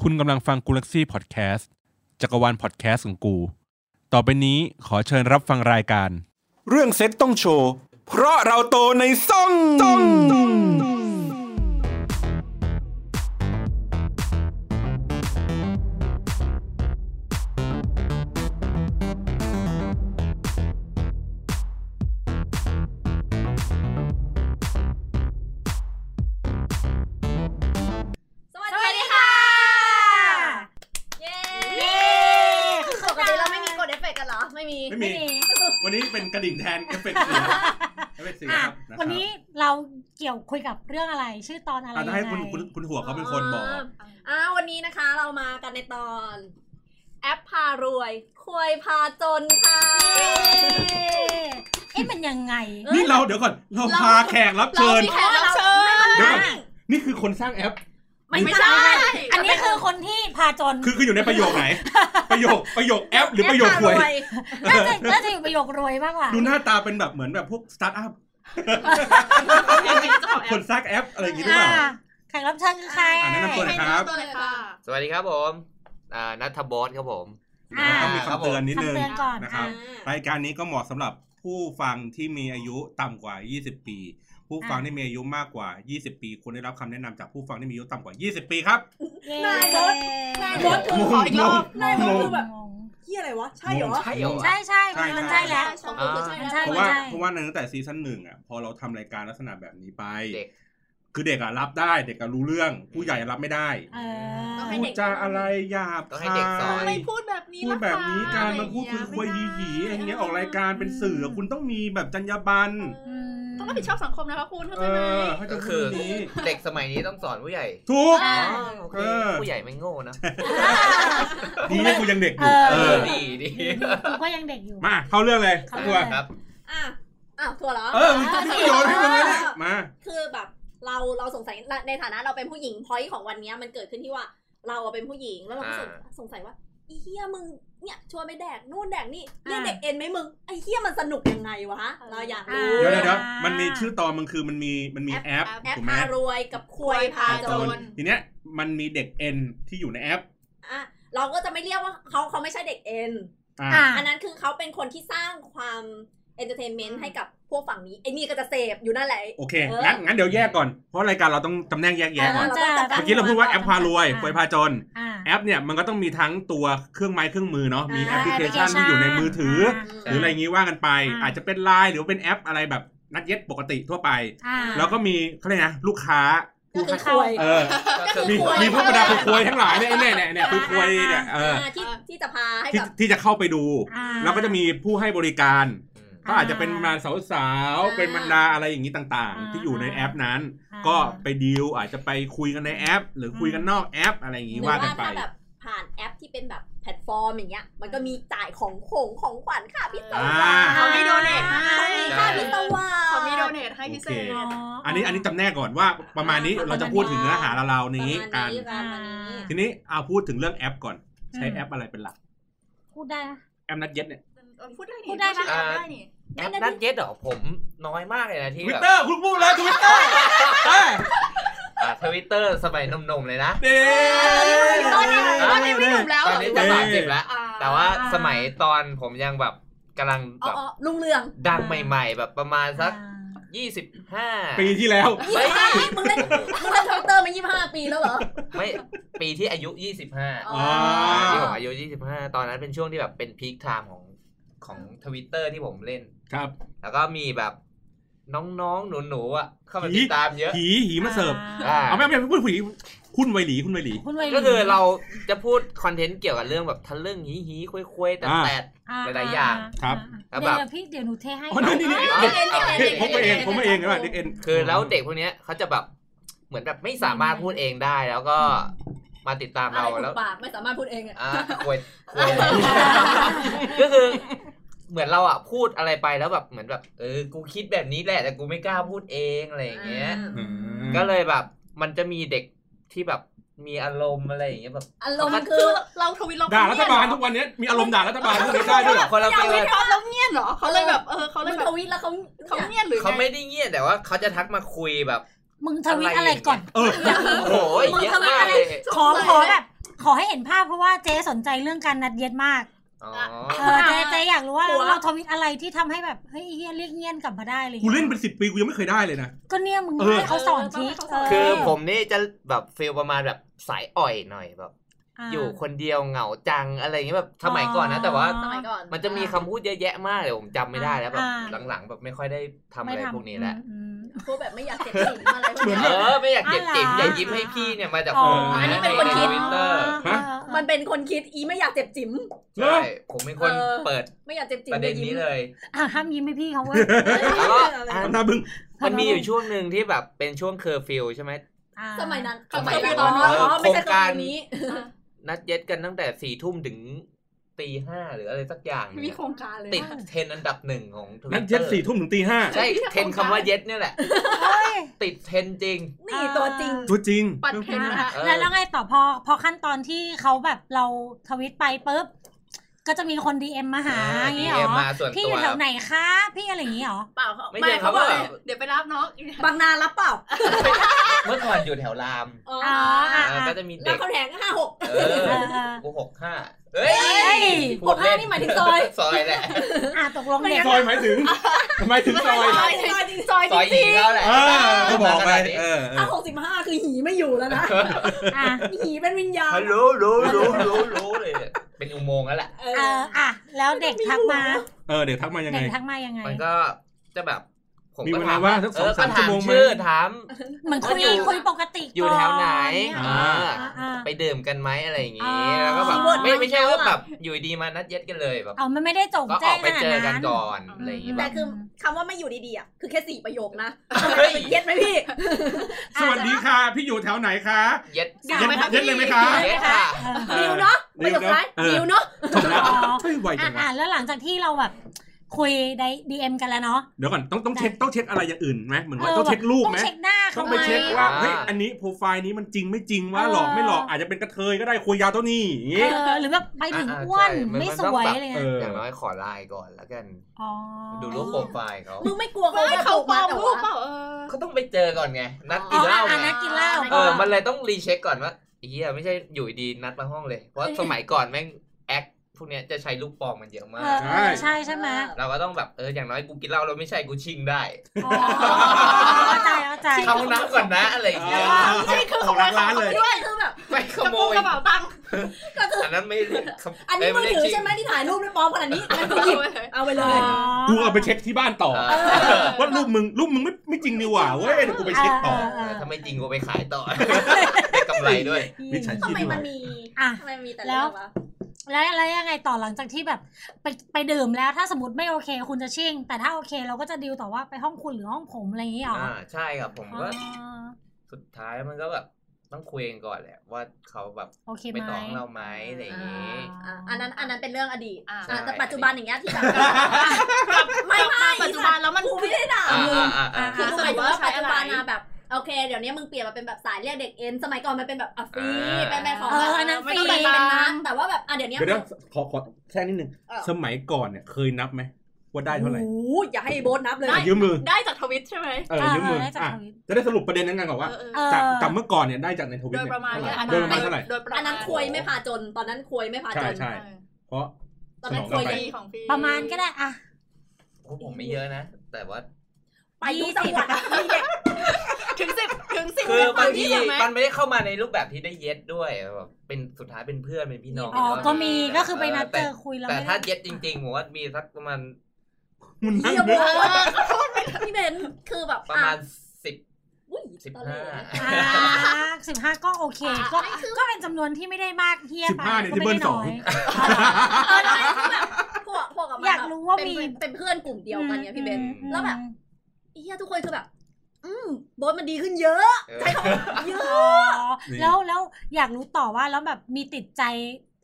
คุณกำลังฟังกูลักซี่พอดแคสต์จักรวาลพอดแคสต์ของกู ต่อไปนี้ขอเชิญรับฟังรายการ เรื่องเซ็ตต้องโชว์ เพราะเราโตในซ่องซ่อง สวัสดีค่ะ เย้ ปกติเราไม่มีกดเอฟเฟกต์กันเหรอ ไม่มี ไม่มี วันนี้เป็นกระดิ่งแทนเอฟเฟกต์เสียเอฟเฟกต์เสีย อ่ะ ครับะครับ วันนี้เราเกี่ยวคุยกับเรื่องอะไร ชื่อตอนอะไร อาจ ยัง จะ ไง ให้คุณคุณคุณหัวเขาเป็นคนบอก อ่าวันนี้นะคะเรามากันในตอน แอปพารวย ควยพาจนค่ะ เอ๊ะมันยังไง เอ้ย นี่เราเดี๋ยวก่อนเราพาแขกรับเชิญ เรามีแขก เดี๋ยวก่อนนี่คือคนสร้างแอป ไม่ ไม่ ใช่ ใช่ อันนี้คือคนที่พาจน คือคืออยู่ในประโยคไหน ประโยคประโยคแอปหรือประโยคหวย น่าจะน่าจะอยู่ประโยครวยมากกว่า ดูหน้าตาเป็นแบบเหมือนแบบพวกสตาร์ท อัพคนสร้างแอปอะไรอย่างงี้หรือเป อ่า ล่า แขกรับเชิญคือใคร อ่ะแนะนำตัวหน่อย บตัวเลยค่ะ สวัสดีครับผมอ่านัทบอสครับผม อ่า ต้องมีคำเตือนนิดนึ คำ ง เตือนก่อน นะครับ อ่า รายการนี้ก็เหมาะสำหรับผู้ฟังที่มีอายุต่ำกว่า 20 ปี ผู้ฟังที่มีอายุมากกว่า 20 ปีควรได้รับคำแนะนำจากผู้ฟังที่มีอายุต่ำกว่า 20 ปีครับ นายรถ นายรถ ง คือง ขออีกรอบ งง นายรถคือแบบเฮียอะไรวะ ใช่เหรอ ใช่เหรอวะ ใช่ใช่ ใช่ มันใช่แล้ว ของคุณคือใช่แล้ว ใช่ เพ ใช่ ราะว่าเพราะว่าในตั้งแต่ซีซั่นหนึ่งอ่ะพอเราทำรายการลักษณะแบบนี้ไป เด็ก คือเด็กอ่ะรับได้เด็กก็รู้เรื่อง ผู้ใหญ่รับไม่ได้ เอ ต้องให้ พู อ เด็ ด ก จาอะไรหยาบ ต้องให้ คา เด็กสอน ไม่ ย พูดแบบนี้ พูด ละ แบบนี้การมาพูดคุยคุย ไม่ ยี ได้ หยีอะไรเงี้ยออกรายการเป็นสื่อคุณต้องมีแบบจรรยาบรรณ อืม ต้องรับผิดชอบสังคมนะคะคุณเข้า เอ ใจไหม อเขาจะ ก็ พู คื ด อ แบบนี้ เด็กสมัยนี้ต้องสอนผู้ใหญ่ ถูก อ่า อ๋อโอเค เออ ผู้ใหญ่ไม่โง่นะ ดีนะกูยังเด็กอยู่ เอ เอ อ อ ดีดี ดีดีกูก็ยังเด็กอยู่ มาเข้าเรื่องเลย เข้า ทั เรื่ ว อง ครับ อ่ะอ้าวถั่วเหรอ เออมึงโยนให้มึงเลยนะมา คือแบบเราเราสงสัยในฐานะเราเป็นผู้หญิงพอยของวันเนี้ยมันเกิดขึ้นที่ว่า เราอะเป็นผู้หญิงแล้วเราก็สงสงสัยว่าไอ้เฮียมึงเนี่ยชวนไปแดกนู่นแดกนี่เรียก อ่า เด็กเอ็นไหมมึงไอ้เฮียมันสนุกยังไงวะ เราอยากรู้ อ่า เดี๋ยวเดี๋ยวเดี๋ยวมันมีชื่อตอนมันคือมันมีมันมีแอป แอป ถูกไหม พารวยกับควยพาจน ทีเนี้ยมันมีเด็กเอ็นที่อยู่ในแอป อ่ะเราก็จะไม่เรียกว่าเขาเขาไม่ใช่เด็กเอ็น อ่า อ่า อันนั้นคือเขาเป็นคนที่สร้างความเอนเตอร์เทนเมนต์ให้กับพวกฝั่งนี้ไอ้นี่ก็จะเสพอยู่นั่นแหละ โอเค เออ งั้นงั้นเดี๋ยวแยกก่อน เพราะรายการเราต้องจำแนกแยกแยะก่อน เราต้องจัดก เมื่อกี้เราพูดว่าแอปพารวย อ่า ควยพาจน อ่า แอปเนี่ยมันก็ต้องมีทั้งตัวเครื่องไม้เครื่องมือเนาะ มี อ่า แอปพลิเคชันที่อยู่ในมือถือ หรืออะไรงี้ว่ากันไป อ่า อาจจะเป็นไลน์หรือเป็นแอปอะไรแบบนัดเย็ดปกติทั่วไป อ่า แล้วก็มีเขาเรียกนะลูกค้า ก็ ผู้ คือ ให้ ควย เออ ก็คือ มี ควย มีพวกบรรดาคุยควยทั้งหลายเนี่ยไอ้เนี่ยเนี่ยเนี่ยคุยควยเนี่ยเออ อ่าที่ที่จะพาให้ ที่ กับ ที่จะเข้าไปดู อ่า แล้วก็จะมีผู้ให้บริการ อืม ก็อาจจะเป็นมาสาวสาวๆ อ่า เป็นบรรดาอะไรอย่างนี้ต่างๆ ที่อยู่ในแอปนั้น อ่า ก็ไปดีลอาจจะไปคุยกันในแอป หรือคุยกันนอกแอป อะไรอย่าง ห นี้ รือ ว่า ว่า กันไป ถ้าแบบผ่านแอปที่เป็นแบบแพลตฟอร์มอย่างเงี้ย มันก็มีจ่ายของขงของขวัญค่ะพี่สวา อ่า เขามีโดเนท อ่า เขามีค่าพี่สวา เขามีโดเนทให้พิเศษ โอันนี้อันนี้จำแนกก่อนว่าประมาณนี้ อ่า เราจะพูดถึงเนื้อหาเราๆนี้ ป กันระมาณนี้ประมาณ อ่ นี้ ทีนี้เอาพูดถึงเรื่องแอปก่อน ใช้ อืม แอปอะไรเป็นหลัก พูดได้นะ แอปนัดเย็ดเนี่ย พูดได้นี่ พูดได้ปะ พูดได้นี่ แอปนัดเย็ดเหรอผมน้อยมากเลยนะที่ ทวิ แบ ต บ เตอร์คุณพูดแล้วทวิตเตอร์ ทวิตเตอร์สมัยหนมๆเลยนะ เด้ ตอนนี้ตอนนี้ไม่หนุ่มแล้ว ตอนนี้จะสามสิบแล้ว อ่ แต่ว่าสมัยตอนผมยังแบบกำลัง อ๋ แบ อบ อ๋อลุงเรือง ดังใหม่ๆ แบบประมาณสัก อ่า 25 ปีที่แล้ว ยี่สิบห้ามึงเล่นมึงเล่นทวิตเตอร์มายี่สิบห้าปีแล้วเหรอ ไม่ปีที่อายุ 25 อ๋อ ที่ผมอายุ 25 ตอนนั้นเป็นช่วงที่แบบเป็นพีคไทม์ของของทวิตเตอร์ที่ผมเล่น ครับ แล้วก็มีแบบน้องๆ หนูๆอ่ะเข้ามาติดตามเยอะ ผีผีมาเสิร์ฟ อ่า เอาไม่ไม่พูดผีคุณไวหลีคุณไวหลี คุณวัยรุ่น ก็คือเราจะพูดคอนเทนต์เกี่ยวกับเรื่องแบบทะลึ่งฮีฮีคุยคุยแต่แต่ หลายๆอย่าง ครับ แล้ว เดี๋ แบ ยว บ เดี๋ยวพี่เดี๋ยวหนูเทให้ อ๋อนี่นี่นี่เด็กเด็กผมไปเองผมไปเองนะเด็กเอ็น คือแล้วเด็กพวกเนี้ยเขาจะแบบเหมือนแบบไม่สามารถพูดเองได้แล้วก็มาติดตาม อะไร เรา ถู แล้ว กปากไม่สามารถพูดเองอะ อ่าคุยคุ ยก็คือ เหมือนเราอ่ะพูดอะไรไปแล้วแบบเหมือนแบบเออกูคิดแบบนี้แหละแต่กูไม่กล้าพูดเองอะไรอย่างเงี้ย ก็เลยแบบมันจะมีเด็กที่แบบมีอารมณ์อะไรอย่างเงี้ยแบบ อารมณ์ คื คือ อ เราทวิตเรา ด่ารัฐบาล ทุ ทุ ก กวันเนี้ยมีอารมณ์ด่ารัฐบาลพวกนี้ได้ด้วยเหรอ คนเรา อย่า เป็น วิเคราะห์แล้วเงียบเหรอเขาเลยแบบเออเขาเขาเล เล่ ย น แบ ท บ วิตแล้วเขา เขาเงียบหรือ เขา ไง ไม่ได้เงียบแต่ว่าเขาจะทักมาคุยแบบ มึงทวิตอะไรก่อน เออ โอ้โหเยอะมากเลย ขอขอแบบ ข ขอให้เห็นภาพเพราะว่าเจ๊สนใจเรื่องการนัดเย็ดมาก อ๋อ เออเจ๊เจ๊อยากรู้ว่า หัว เราทวิตอะไรที่ทำให้แบบเฮ้ยไอ้เฮียเรียกเงียนกลับมาได้อะไรเลย กูเล่นเป็นสิบปีกูยังไม่เคยได้เลยนะ ก็เนี่ยมึง เออ ให้เขาสอนทีเ คือผมนี่จะแบบฟีลประมาณแบบสายอ่อยหน่อยแบบ อยู่คนเดียวเหงาจังอะไรอย่างเงี้ยแบบสมัยก่อนนะแต่ว่า สมัยก่อน มันจะมีคำพูดเยอะแยะมากเดี๋ยวผมจำไม่ได้แล้วแบบ อ่า หลังๆ แบบไม่ค่อยได้ทำ ไม่ อะไร ทำ พวกนี้แหละ อืม พวกแบบไม่อยากเจ็บสินอะไรพวก เหมือน นี้ เออไม่อยากเก็บ อ่า เก็บ เหรอ อย่ายิ้มให้พี่เนี่ยมาจาก อ๋อ ผม อันนี้เป็นคนคิด ใ Twitter เออ มันเป็นคนคิดอีไม่อยากเจ็บจิ๋ม ใช่ผมเป็นคน เออ เปิด ไม่อยากเจ็บจิ๋ม ประเด็น อย่ายิ้ นี้ ม เลย อ่ะห้ามยิ้มให้พี่เขาเว้ย แล้วก็ ทำหน้าบึ้ง มันมีอยู่ช่วงหนึ่งที่แบบเป็นช่วงเคอร์ฟิวใช่ไหม อ่า สมัยนั้น สมัยนั้น ตอนนี้ เออ อ๋อไม่ใช่ตโครงอ การ นนี้ นัดเย็ดกันตั้งแต่สี่ทุ่มถึงตีห้าหรืออะไรสักอย่าง มี เนี่ย โครงการเลย ติดเทรนด์อันดับหนึ่งของทวิ นัด ตเต เย็ อ ด ร์ สี่ทุ่มถึงตีห้า ใช่เทรนด์คำว่าเย็ดเนี่ยแหละ เฮ้ย ติดเทรนด์จริง นี่ตัวจริง ตัวจริง ปัดเทรนด์นะคะ เออ แล้วแล้วไงต่อพอพอขั้นตอนที่เขาแบบเราทวิตไปปุ๊บ ก็จะมีคน DM มาหาอย่างงี้เหร เออ DM อ มาส่วน พี่อ ตัว ยู่แถวไหนคะพี่อะไรอย่างงี้เหรอ เปล่าเขา ไม่ใช่เขา บอก แบบ เดี๋ยวไปรับน้องอีก บางนารับเปล่า เมื่อก่อนอยู่แถวราม อ๋อ อ๋ออ่ะ เออก็จะมี แล้ เด็ ว ก คนแหงห้าหก เอ เอ อ อเออ กูหกห้าเฮ้ย ย พูดหกเล่ห้านี่หมายถึงซอย ซอยแหละ อ่ะตกลงเด็ก ซอยหมายถึงหมายถึงซอย ซอยจริงซอยจริงซอย ซอยหญิงแล้วแหละ เออก็บอกไปเออเอ ถ้า อ หกสิบห้าคือหีไม่อยู่แล้วนะ อ่ะ หีเป็นวิญญาณ ฮัลโหลรู้รู้รู้รู้เลยเนี่ยเป็นอุโมงค์แล้วแหละ เอ เอ อ ออ่ะแล้วเด็กทักมา เออเดี๋ยวทักมายังไง เด็กทักมายังไง มันก็จะแบบ ผม มี ก็ เว ถา ลาม ว่างสักสองเออก็ สาม ถา ชั่ว ม โมงไหม ชื่อถาม เหมือนคุย อยู่ คุยปกติ อยู่แถวไหน ก่ เอ อน อ อ่า ไปดื่มกันไหมอะไรอย่าง อ๋ งี้ อ แล้วก็แบบ คีย์เวิร์ด ไม่ มัน ไม่ใช่ เยอะ ว่า อะ แบบอยู่ดีมานัดเย็ดกันเลยแบบ อ๋อมันไม่ได้จง ก็อ แจ้ อง กไป ขนาด เจอกัน นั้น ก่อนอะไรอย่างงี้แบ แต่ บ คือคำว่าไม่อยู่ดีๆอ่ะคือแค่สี่ประโยคนะ เฮ้ย เย็ดไหมพี่ สวัสดีค่ะ พี่อยู่แถวไหนคะ เย็ด ดีไหมคะ เย็ดเลยไหมคะ เย็ดค่ะ เออ ดิวเนาะ ดิ ประ ว โยค เนอะ ท้าย เออ ดิวเนาะ จบแล้วเฮ้ยไวจั อ่ะ ง อ่ะ วะ แล้วหลังจากที่เราแบบ คุยได้ดีเอ็มกันแล้วเนาะ เดี๋ยวก่อนต้องต้องเช็คต้องเช็คอะไรอย่างอื่นไหมเหมือนว่าต้อง แบบ เช็ครูป ต้อ ไห ง ม เช็คหน้า ต้ เขา อง ไหม ไปเช็คว่า อ่า เฮ้ยอันนี้โปรไฟล์นี้มันจริงไม่จริงว่า เออ หลอกไม่หลอกอาจจะเป็นกระเทยก็ได้คุยยาวเท่านี้อย่าง เอ งี้ อหรือแบบไปถึง อ่า อ้วน ใช่มัน ไม่ มัน ส ต้อง วย แบบ อะไร เอ เงี้ย อ อย่างน้อยขอไลน์ก่อนแล้วกัน อ๋อ ดูรูปโปรไฟล์เขา มึงไม่กลัวเขา เฮ้ย แบบ เขา ถูก ปล มา อม แต่ รูป ว่า เปล่าเออ เขาต้องไปเจอก่อนไง นัด อ๋อ กินเหล้า อ่ะ ไง นัดกินเหล้า เออมันเลยต้องรีเช็คก่อนว่าเฮียไม่ใช่อยู่ดีนัดมาห้องเลย เพราะสมัยก่อนแม่งแอคพวกเนี้ยจะใช้ลูกปลอมมันเยอะมา เอก อเออใช่ใช่ไหม เราก็ต้องแบบเอออย่างน้อยกูกินเหล้าเราไม่ใช่กูชิงได้ อ๋อเข้าใจเข้าใจ เข้าห้องน้ำก่อนนะอะไรอย่างเงี้ย ไม่ใช่คือ ข ข อ อง ง รักเราร้านเลย ด้วยคือแบบ ไปข กระ โม โปรง ย กระเป๋าตังค์ ก็คือ อันนั้นไม่ขโ อันนี้มือถือ ด้ ใช่ไหมที่ถ่ายรูปด้วยปลอมขนาดนี้งั้นกูหยิบเอาไปเลย กูเอาไปเช็คที่บ้านต่อ เออ ว่ารูปมึงรูปมึงไม่ไม่จริงนี่หว่าเว้ยเดี๋ยวกูไปเช็คต่อ เออถ้าไม่จริงกูไปขายต่อ ได้กำไรด้วย มิจฉา ทำ ชีพดีกไมมั ว่า นมี อ่ะ ทำไมมันมีแต่เรื่องวะ แล้วแล้วยังไงต่อหลังจากที่แบบไปไปดื่มแล้วถ้าสมมติไม่โอเคคุณจะชิ่ง แต่ถ้าโอเคเราก็จะดีลต่อว่าไปห้องคุณหรือห้องผมอะไรอย่างงี้เหรอ อ่าใช่ครับผมก็ อ๋อ สุดท้ายมันก็แบบต้องคุยกันก่อนแหละว่าเขาแบบ โอเคไห ไป ม ต่อของเราไหมอะไรอย่างงี้ อ่า อันนั้นอันนั้นเป็นเรื่องอดีต อ่ะ ใช่ อ่ะแต่ปัจจุบันอย่างเงี้ยที่แบบ ก ไม่ ลับมา ไม่ ปัจจุบันแล้วมัน กูไม่ได้ด่า อ่า มึง อ่าอ่าอ่า คือ ส หมา รุ ย ป ถึงว่าว่าใช้ ปัจจุอะไร บันนะแบบโอเค เดี๋ยวนี้มึงเปลี่ยนมาเป็นแบบสายเรียกเด็กเอ็นสมัยก่อนมันเป็นแบบอ่ะฟรี อ่า เป็นแบบของ เอออันนั้นฟไม่รีต้องเป็นน้ำแต่ว่าแบบอ่ะเดี๋ยวนี้ เดี๋ยวนะขอขอแค่นิดนึง เออ สมัยก่อนเนี่ยเคยนับไหมว่าได้เท่าไหร่ โอ้โหอย่าให้โบทนับเลย อ่ะยืมมือ ได้จากทวิตใช่ไหม เออยืมมือ ได้จาก อ่ะ ทวิต จะได้สรุปประเด็นนั้นกันก่อนว่า เออเออ เออ จากจากเมื่อก่อนเนี่ยได้จากในทวิต โดย เนี่ย ประมาณ เท่าไหร่ อัน โดยประมาณเท่าไหร่ โดยประมาณ อันนั้นควยไม่พาจน ตอนนั้นควยไม่พาจ ใช่ น ใช่เพราะ ตอนนั้น ส เค งกัยฟ ไป เรี รี ยน ของฟรี ประมาณก็ได้อ่ะ ผมไม่เยอะนะ แต่ว่า ไปทุกจังหวัดอ่ะมีเด็ก ถึงสิบถึงสิบ คือ เป็น บาง ที่ ที สิบไหม มันไม่ได้เข้ามาในรูปแบบที่ได้เย็ดด้วยแบบเป็นสุดท้ายเป็นเพื่อนเป็นพี่น้อง อ๋อ เป็น ก็ อะไร มี ย่างเงี้ย ก็คือไปนัดเจอ แต่ คุยแล้ว แต่ ไม่ ถ้า ได้ เย็ดจริงๆผมว่ามีสักประมาณ มึงนั่ง เยี่ยม นึก มาก พี่เบนคือแบบ ประมาณ อ่ สิบ อุ้ย สิบ ตอนเล ห้า ยนะ สิบห้า15 ก็โอเค ก็ก็เป็นจำนวนที่ไม่ได้มากเฮีย สิบ ไป ห้าเนี่ย ก็ ที่ ไม่ เบิ้ล ได้ สอ น้ ง อย เออแล้วคือแบบพวกพวกกับมัน อยากรู้ว่า แบบ มี เป็นเป็นเพื่อนกลุ่มเดียวกันเนี่ยพี่เบน อืม แล้วแบบ เฮียทุกคนคือแบบ อืมโบทมันดีขึ้นเยอะ เออ ใช้คำว่าเยออ๋ะ อแล้วแล้วอยากรู้ต่อว่าแล้วแบบมีติดใจ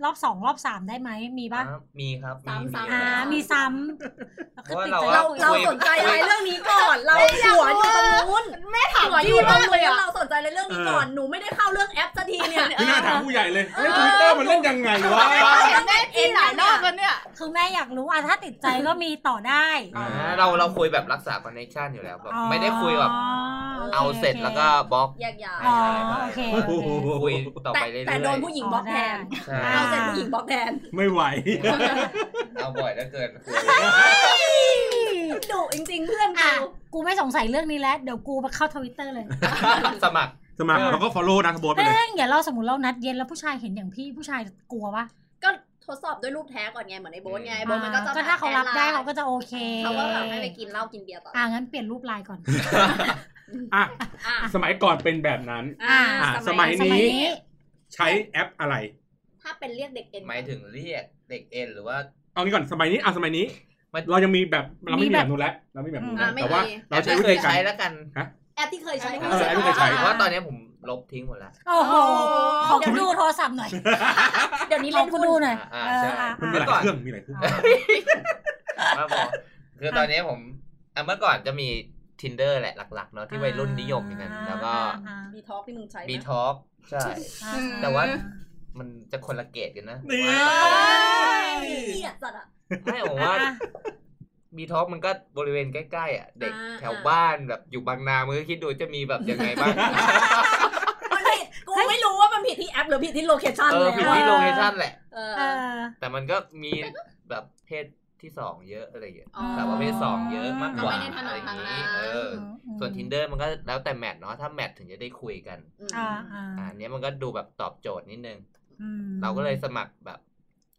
รอบสองรอบสามได้ไหมมีปะ อ่ะมีครับ สามสาม อ่ามีซ้ำ เพราะว่าเรา เรา คุย เราสนใจอะไรเรื่องนี้ก่อน เราหัวอยู่ตรงนู้นแม่ถามหัวอยู่ตรงนู้นเราสนใจในเรื่องนี้ก่อนหนูไม่ได้เข้าเรื่องแอปสักทีเนี่ย นี่น่าถามผู้ใหญ่เลยเฮ้ยทวิตเตอร์มันเล่นยังไงวะ ไม่ได้เ เอ็นหลายรอบแล้วเนี่ย คือแม่อยากรู้อ่ะถ้าติดใจก็มีต่อได้ อ่าเราเราคุยแบบรักษาคอนเนคชันอยู่แล้วแบบไม่ได้คุยแบบ โค เอาเสร็จแล้วก็บล็อก แยกย้าย อ๋อโอเคโอเค คุยต่อ แต่ ไปเรื่อยๆ แต่โดนผู้หญิงบล็อกแทน ใช่ เอาเสร็จผู้หญิงบล็อกแทน ไม่ไหว เอาบ่อยแล้วเกิน ดุจริงๆเพื่อน อ่ะ กู กูไม่สงสัยเรื่องนี้แล้ว เดี๋ยวกูไปเข้าทวิตเตอร์เลย สมัคร สมัครเราก็ follow นะโบ๊ทไปเลย แม่งอย่าเราสมมติเรานัดเย็นแล้วผู้ชายเห็นอย่างพี่ผู้ชายกลัวปะ ก็ทดสอบด้วยรูปแท้ก่อนไงเหมือนไอ้โบ๊ทไงไอ้โบ๊ทมันก็ อ่า จะ ก็ถ้าเขารับได้ แอลน์ เขาก็จะโอเค เขาก็แบบไม่ไปกินเหล้ากินเบียร์ต่อ อ่างั้นเปลี่ยนรูปไลน์ก่อน อ่ะ อ่ะ สมัยก่อนเป็นแบบนั้น อ่ะ อ่ะสมัยนี้ ใช้แอปอะไร ถ้าเป็นเรียกเด็กเอ็น หมายถึงเรียกเด็กเอ็นหรือว่า เอางี้ก่อนสมัยนี้อ่ะสมัยนี้ มัน เรายังมีแบบเราไม่ มี มี แบ แบบ บนู้นแล้วเราไม่มีแบบนู้น อ่ะ แล้วแต่ว่าเรา แอป ใช้ ที่ วิธีเคย การ ใช้แล้วกัน แอปที่เคยใช้ เออ ไหม แอปที่เคยใช้ แต่ว่าตอนนี้ผมลบทิ้งหมดแล้ว โอ้โห ขอกูดูโทรศัพท์หน่อย เดี๋ยวนี้ ขอ เล่น กู หุ้น ดูหน่อย อ่า เอ ใช่ ออ่ะ มันมีหลายอ่ะก่อน เครื่องมีหลายเครื่อง ว่าบอกคือตอนนี้ผมอ่ะเมื่อก่อนจะมี tinder แหละหลักๆเนาะที่วัยรุ่นนิยมอย่างนั้นแล้วก็ บีทอกที่มึงใช้ไหม บีท็อกใช่ แต่ว่า มันจะคนละเกตกันนะผมว่า เหี้ยจัดอ่ะ ไม่ผมว่าบีท็อกมันก็บริเวณใกล้ๆอ่ะเด็ก อ่า แถวบ้านแบบอยู่บางนามือคิดดูจะมีแบบยังไงบ้าง มันผิดกูไม่รู้ว่ามันผิดที่แอปหรือผิดที่โลเคชั่น เออ เลย ผิด อะ ที่โลเคชั่นแหละ เออ เออ แต่มันก็มีแบบเพศที่สองเยอะอะไรอย่างเงี้ย อ๋อ สาวประเภทสองเยอะมากกว่า เราไม่ได้ถนัดอะไรอ ทา ย่างง นั้น นี้เออ ส่วน tinder มันก็แล้วแต่แมทเนาะถ้าแมทถึงจะได้คุยกัน อืม อ่าอ่า อ่าอันเนี้ยมันก็ดูแบบตอบโจทย์นิดนึง อืม เราก็เลยสมัครแบบ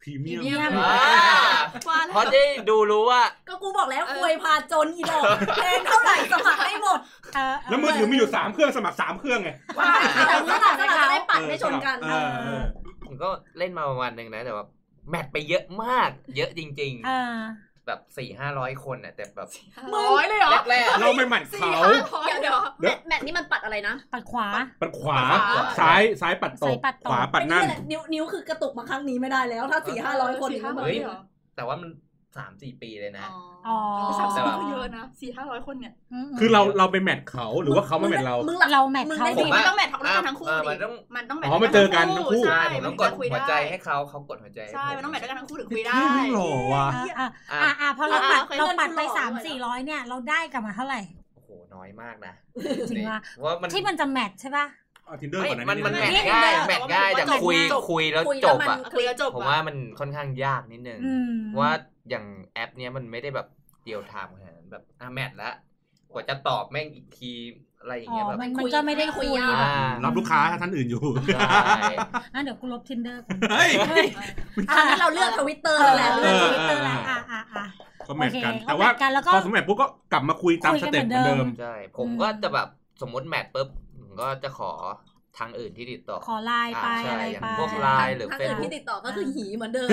พรีเมียม พรีเมียม อ่า ว่าแล้ เพ ว ราะได้ดูรู้ว่า ก็กูบอกแล้ว เออ ควยพาจนอีดอกเพลงเท่าไหร่สมัครให้หมด เออเ แล้วมือถือมีอยู่สามเครื่องสมัครสามเครื่องไง ว่า แต่เมื่อไหร่ก็เราจะได้ปัดไม่ชนกัน เออเออ ผมก็เล่นมาประมาณหนึ่งนะแต่ว่าแมทไปเยอะมาก เยอะจริง เออ ๆ แบบสี่ห้าร้อยคนอ่ะแต่แบบ ร้อยเลยเหรอ แรกๆ เราไม่หมั่น สี่ เขา ห้าร้อยเลยเหรอ เดี๋ยว แมทนี่มันปัดอะไรนะ ปัดขวา ปัดขวา ขวา ซ้ายซ้ายปัดต ซ้าก ยปัดตก ขวาปัดนั่น ไอ้เหี้ยนิ้วนิ้วคือกระตุกมาครั้งนี้ไม่ได้แล้ว ถ้าสี่ห้าร้อยคน สี่ นี่ ห้า ก็แบ ร้ บ อยเลยเหรอ แต่ว่ามันสามสี่ปีเลยนะ อ๋อ สามสิบ แต่ว่า ก็เยอะนะสี่ห้าร้อยคนเนี่ย มม คือเราเราไปแมทเขาหรือว่าเขามาแมทเรา มึงหลับ เราแมท มึง เขา ได้ ไม่ ผ ดี ม มั ว่า นต้องแมทเขาด้วยกันทั้งคู่ เออมั ดิ นต้อง มันต้องแมท อ๋อมันเจอกันทั้งคู่ ใช่ ใช่ผมต้องกด ถึจะคุย หัว ไ ใจให้เขาเขากดหัวใจให้ ใช่ ผม มันต้องแมทด้วยกันทั้งคู่ถึงคุยได้ เฮ้ยหล่อว่ะ อ่ะอ่ะ อ่ะ อ่ะอ่ะพอเราปัด อ่ะเคย เราปัดไป เล่นคุณหล่อ สาม ด้วย สี่ร้อยเนี่ยเราได้กลับมาเท่าไหร่ โอ้โหน้อยมากนะ จริงปะ ว่ามัน ที่มันจะแมทใช่ป่ะ เอาทินเดอร์ ไม่ ก่อนนะ มันมัน เย แมท เนี่ย ง่าย เนี่ย แมทง่ายแต่ แต่ว่า คุย จบ คุยแล้ว คุย จ แล้ว บ มัน อ่ะ คุยแล้วจบ ผม อะ ว่ามันค่อนข้างยากนิดนึง อืม ว่าอย่างแอปเนี้ยมันไม่ได้แบบเดียวไทม์ขนาดนั้นแบบอ่ะแมทละกว่าจะตอบแม่งอีกทีอะไรอย่าง อ๋อ เงี้ยแบบ มันมันก็ไม่ได้คุย คุยย อ่า รับลูกค้าท่านอื่นอยู่ ใช่ อ่ะเดี๋ยวกูลบ tinder ก่อน เฮ้ย ตอนนั้นเราเลือกทวิตเตอร์ เออ แล้ว เลือก เออ ทวิตเตอร์ เออ แล้วอ่ะอ่ะอ่ะ ก็แมทกัน โอเค แต่ว่า ก็แมทกันแล้วก็ พอสมแมทปุ๊บก็กลับมาคุยตามสเต็ปเหมือนเดิ คุยกันเหมือมนเดิม ใช่ผมก็จะแบบสมมติแมทปุ๊บผมก็จะขอทางอื่นที่ติดต่อ ขอไลน์ไป อ่าใช่ อะไร อย่าง ไป พวกไลน์ หรือ ทางอื่น Facebook ที่ติดต่อก็คือหีเหมือนเดิม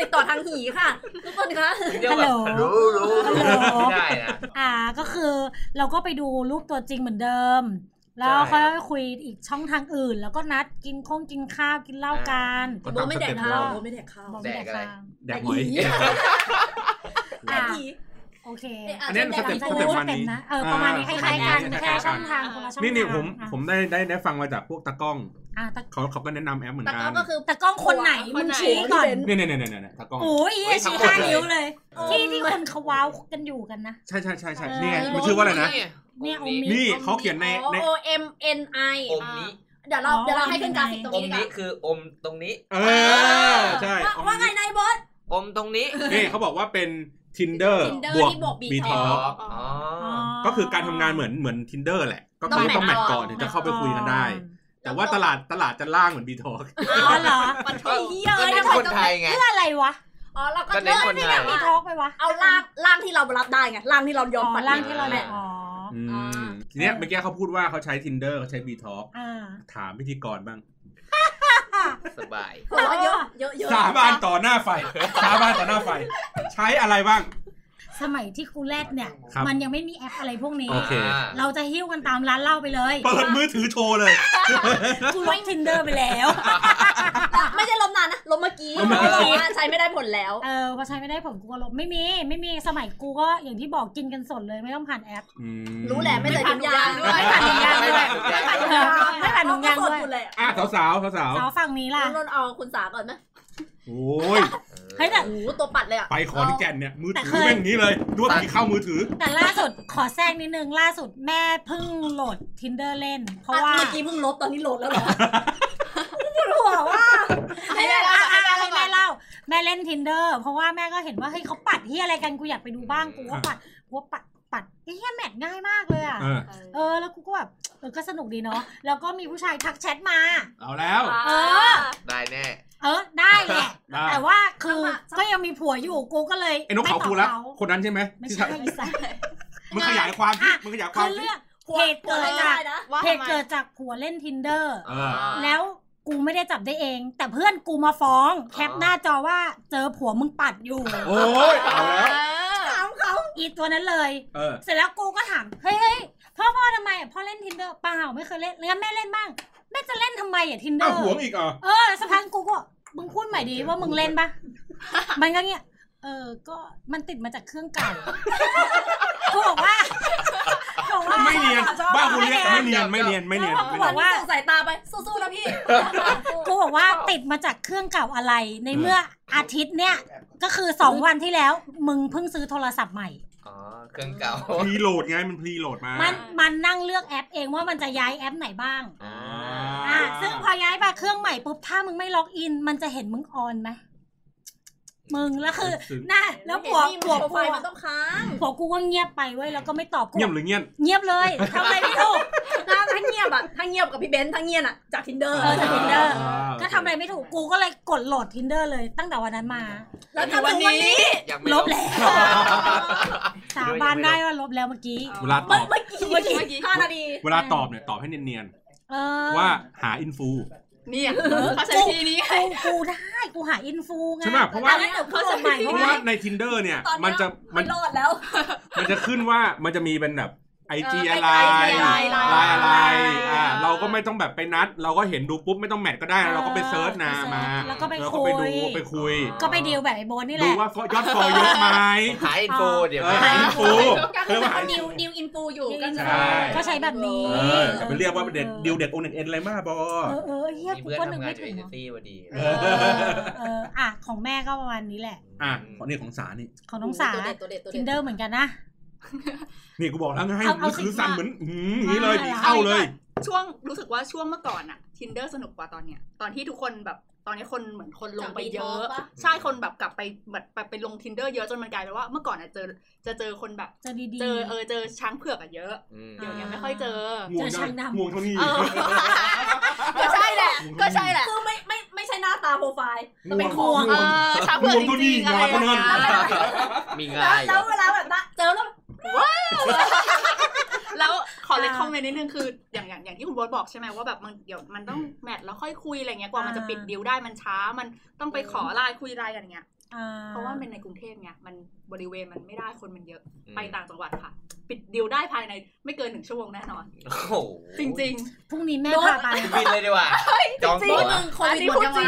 ติดต่อทางหีค่ะทุกคนคะ เรียกแบบรู้รู้ไม่ได้นะ อ่ะก็คือเราก็ไปดูรูปตัวจริงเหมือนเดิม แล้ว ใช่ ค่อยคุยอีกช่องทางอื่น แล้วก็นัดกินข้งกินข้าวกินเหล้ากัน ก็ โบ ตาม ไม่ ส แด เต็ ก ป ข้า เรา วโบไม่แดกข้าว บอก แดกอะไร ข้าง แดกหมอย แดกหี โอเค อันนี้สเต็ปสแต่ไม่ เต็ป รู้ วัน เต็ม นี้ นะเออประมาณนี้ค อ่า ล้ายๆกัน คล้ายๆกัน แค่ช่องทางคนละช่องทาง นี่นี่ผม อ่ะ ผมได้ได้ได้ฟังมาจากพวกตากล้อง อ่ะแต่ เขาเขาก็แนะนำแอปเหมือน แต่ กั ก็ น ก็คือ แต่กล้องคนไหน ค มึ น ง ไหน ชี้ก่อน เนี่ยเนี่ยเนี่ยเนี่ยเนี่ยตากล้อง โอ้ยเหี้ยชี้ ไม่ ห้า ทำ นิ้วเลย เออ ที่ที่คนเขาว้าวกันอยู่กันนะ ใช่ใช่ใช่ใช่ เออ เนี่ยมันชื่อว่าอะไรนะ เนี่ยเอามี นี่เขาเขียนใน อ๋อ ใน O M N I อมนี้ เดี๋ยวเราเดี๋ยวเราให้ขึ้นกราฟิกตรง อม นี้ดี นี้ ก คืออมตรงนี้ เออ ว่า ใช่ ว่าว่าไงนายบอส อมตรงนี้ นี่เขาบอกว่าเป็น tinder Tinder บวก ที่บวก b t a l k อ๋อ ก็คือการทำงานเหมือนเหมือน tinder แหละ ก็คือ ต้ ต้ อ อง ง แม แม ท ท ก่อน ก่อนถึงจะเข้าไปคุยกันได้ แต่ว่าตลาดตลาดจะล่างเหมือน b t a l k อ๋อเหรอ มัน ก็ เท่าก็ไหร่เน้นคนไทยไง เพื่ออะไรวะ อ๋อเราก็ ก็เน้ เลือนก คน ที่ ไท แบ ย บ มี ว่า ทอกไปวะ เอาล่างล่างที่เรารับได้ไงล่างที่เราย อ๋ อม อ ปัด ร่างที่เรา แม เนี่ย ท อ๋อ ทีเนี้ยเมื่อกี้เขาพูดว่าเขาใช้ tinder เขาใช้ b t a l k อ่า ถามพิธีกรบ้าง สบาย หัวเราะเยอะเยอะเยอะ สาบานต่อหน้าไฟ สาบานต่อหน้าไฟ ใช้อะไรบ้าง สมัยที่ครูแรกเนี่ย ครับ มันยังไม่มีแอปอะไรพวกนี้ โอเค อ่ เราจะหิ้วกันตามร้านเหล้าไปเลย เปิดมือถือโชว์เลย กูลบ tinder ไปแล้ว ไม่ใช่ลมนานนะลมเมื่อกี้ ลมเมื่อกี้ ลมนานใช้ไม่ได้ผลแล้ว เออพอใช้ไม่ได้ผมกูก็ลบไม่มี ไม่มีสมัยกูก็อย่างที่บอกกินกันสดเลยไม่ต้องผ่านแอป อืม รู้แหละไม่ใส่ถุงยาง ไม่ผ่านถุงยางด้วย ไม่ผ่านถุงยางด้วย ไม่ผ่านถุงยางด้วย เพระสดหมเลอะ อ่ะสาวสาวสาวสาว สาวฝั่งนี้ล่ะ นนท์เอาคุณสาก่อนไหม โอ้ย เฮ้ยแต่ โอ้โหตัวปัดเลยอะ ไปขอนแก่นเนี่ยมือ แต่ ถื เค อย แม่งอย่างนี้เลยดูว่าผีเข้ามือถือ แต่ล่าสุดขอแทรกนิดนึงล่าสุดแม่เพิ่งโหลด tinder เล่น เพราะว่า อ่เมื่อกี้เพิ่งลบตอนนี้โหลดแล้วเหรอ ปวดหัวว่า ให้แม่เล่าให้ ให้ แม่ แม่ เล่าก่อน เล่าแม่เล่น tinder เพราะว่าแม่ก็เห็นว่าเฮ้ยเขาปัดเฮียอะไรกันกูอยากไปดูบ้างกูว่าปัดกูว่าปัดปัดเฮียแมทง่ายมากเลยอ่ะ เออ เออแล้วกูก็แบบเออก็สนุกดีเนาะแล้วก็มีผู้ชายทักแชทมา เอาแล้ว เออ ได้แน่ เออได้แหละ ได้ แต่ว่าคืจังอหวะจังหวะ ก็ยังมีผัวอยู่กูก็เลย ไอ้นกเขา ม่ตบ กูแล้ว เขา คนนั้นใช่ไหม ไม่ ที่ ใช่อีสัตว์ มึงขยายความที่ อ่ะ มึงขยายค คื วาม อ สิ เรื่อง ผัว เหตุ ผัว เกิด ไม่ จา ได้ ก นะ ว่า เหตุ ทำไม เกิดจากผัวเล่น tinder เออ อ่า แล้วกูไม่ได้จับได้เอง แต่เพื่อนกูมาฟ้อง แคปหน้าจอว่าเจอผัวมึงปัดอยู่ โอ้ยเอาแล้ว ถามเขา อีตัวนั้นเลย เออ เสร็จแล้วกูก็ถามเฮ้ยเฮ้ยพ่อพ่อทำไมอ่ะพ่อเล่น tinder เปล่าไม่เคยเล่นงั้นแม่เล่นบ้างแม่จะเล่นทำไมอ่ะ เอา tinder หวงอีกเหรอ่ะ เออสักพักกูก็บอกมึงพูดใหม่ดีว่ามึงเล่นปะ มันก็เงี้ย เออ ก็มันติดมาจากเครื่องเก่ากูบอกว่ากูบอกว่า ไม่เนียน บ้านคุณเรียก ไม่ ไม่ เนียน เนียน ไม่เนียน ไม่เนียน เขาบอกว่า ส่งสายตาไปสู้ๆนะพี่ กูบอกว่าติดมาจากเครื่องเก่าอะไร ในเมื่ออาทิตย์เนี่ย ก็คือสองวันที่แล้ว มึงเพิ่งซื้อโทรศัพท์ใหม่ อ๋อเครื่องเก่า พรีโหลดไง มันพรีโหลดมา มันมันนั่งเลือกแอปเองว่ามันจะย้ายแอปไหนบ้าง อ่า อ่ะซึ่งพอย้ายไปเครื่องใหม่ปุ๊บถ้ามึงไม่ล็อกอิน มันจะเห็นมึงออนไหมมึงแล้วคือหน่าแล้วหัว เห็น หัว มีโปร กู ไฟล์มั อะ นต้องค้าง พอกูก็เงียบไปเว้ยแล้วก็ไม่ตอบกู เงียบหรือเงียบ เงียบเลยทำอะไรไม่ถู ก ถ้าถ้าเงียบอะถ้าเงียบกับพี่เบนซ์ถ้าเงียบอะจากทินเดอร์ เออจาก Tinder ก็ทำอะไรไม่ถูกกูก็เลยกดโหลด tinder เลยตั้งแต่วันนั้นมา แล้วถึงวันนี้ ยังไม่ ลบ แล้ว สาบานได้ว่าลบแล้วเมื่อกี้ เวลาต เมื่อ อบ เมื่อกี้ เมื่อกี้เมื่อกี้ ห้านาที เวลาตอบเนี่ย ตอบให้เนียน เออ ๆ ว่าหาอินฟู นี่อ่ะเขาใช้ทีนี้ กูกูได้กูหาอินฟูไง ใช่ปะเพราะว่า อันนั้นเดี๋ยวกูสมัย เพ เพราะ ราะ ว่า ว่าใน tinder เนี่ย ตอนนี้ มันจะ มั มัน นรอดแล้ว มันจะขึ้นว่า มันจะมีเป็นแบบไอจี เออ อะไร IG ไลน์ อะไร อะไร อ่า อ่า เราก็ไม่ต้องแบบไปนัด เราก็เห็นดูปุ๊บไม่ต้องแมทก็ได้นะเราก็ไปเซิร์ชนามา แล้วก็ไป แล้วก็ คุ ไป ย ดู ไปคุย ก็ไปดีลแบบไอ้โบนนี่แห ดู ละ ว่าฟอยอดฟอลเยอะไหม หายอินโฟเดี๋ยว เออ หา หาย อิ อิ น นโฟ ฟู ก็ เขา คื เรียว่าหาอกเขา อินฟูดิวดิวอินฟูอยู่ก็ ใช่ ก็ใช้แบบนี้ เอออย่าไปเรียกว่าเด็ดดิวเด็ดโอเน็ตเอ็นอะไรมากบอ เออเออเฮีย มี กู เพื่อน ก็นึก ทำงาน ไม่ อ ถึ ยู่เอง เจน อะ ซี่พอดี เอ เออเอออ่ะของแม่ก็ประมาณนี้แหละ อ่ะอันนี้ของสานี่ ของน้องสา ตัวเด็ดตัวเด็ดตัวเด็ด tinder เหมือนกันนะ นี่กูบอกแล้วไง เอามืเอาอถือสั่น สิบมา เหมือนอืมอย่างนี้เลยผีเข้าเลย ช่วงรู้สึกว่าช่วงเมื่อก่อนอะ tinder สนุกกว่าตอนเนี้ย ตอนที่ทุกคนแบบตอนนี้คนเหมือนคนลงไปเยอะ จาก detox ปะ ใช่คนแบบกลับไปแบบไปไปลง tinder เยอะจนมันกลายเป็นว่าเมื่อก่อนอะเจอจะเจอคนแบบ เจอดีๆ เจอเออเจอช้างเผือกอะเยอะ อืม เดี๋ยว อ่า เนี้ไม่ค่อยเจอ ง่วง เจอ จั ช้าง งดำ ง่วงเท่านี้ เออ ก็ใช่แหละ ก็ใช่แหละ คือไม่ไม่ไม่ใช่หน้าตาโปรไฟล์แต่เป็นข ง่ อ ว ง ง เออช้างเผือกจริงๆอะไรอย่างเงี้ย มี แล้ ง่า วย เหร แล้ อ วเวลาแบบนะเจอแล้ว แล้วขอเลยคอมเมนต์นิดนึงคืออย่างอย่างอย่างที่คุณโบทบอกใช่ไหมว่าแบบมันเดี๋ยวมันต้องแมทแล้วค่อยคุยอะไรเงี้ยกว่ามันจะปิดดีลได้มันช้ามันต้องไปขอไลน์คุยไลน์กันอย่างเงี้ย อ่ เพราะว่ามันเป็นในกรุงเทพไง มันบริเวณมันไม่ได้คนมันเยอะ ไปต่างจังหวัดค่ะ ปิดดีลได้ภายในไม่เกินหนึ่งชั่วโมงแน่นอน โอ้โห จริง พรุ่งนี้แม่ โดน พาไป บินเลยดีกว่าจอง จริง ตั๋ว มึงโควิดหมดยังวะ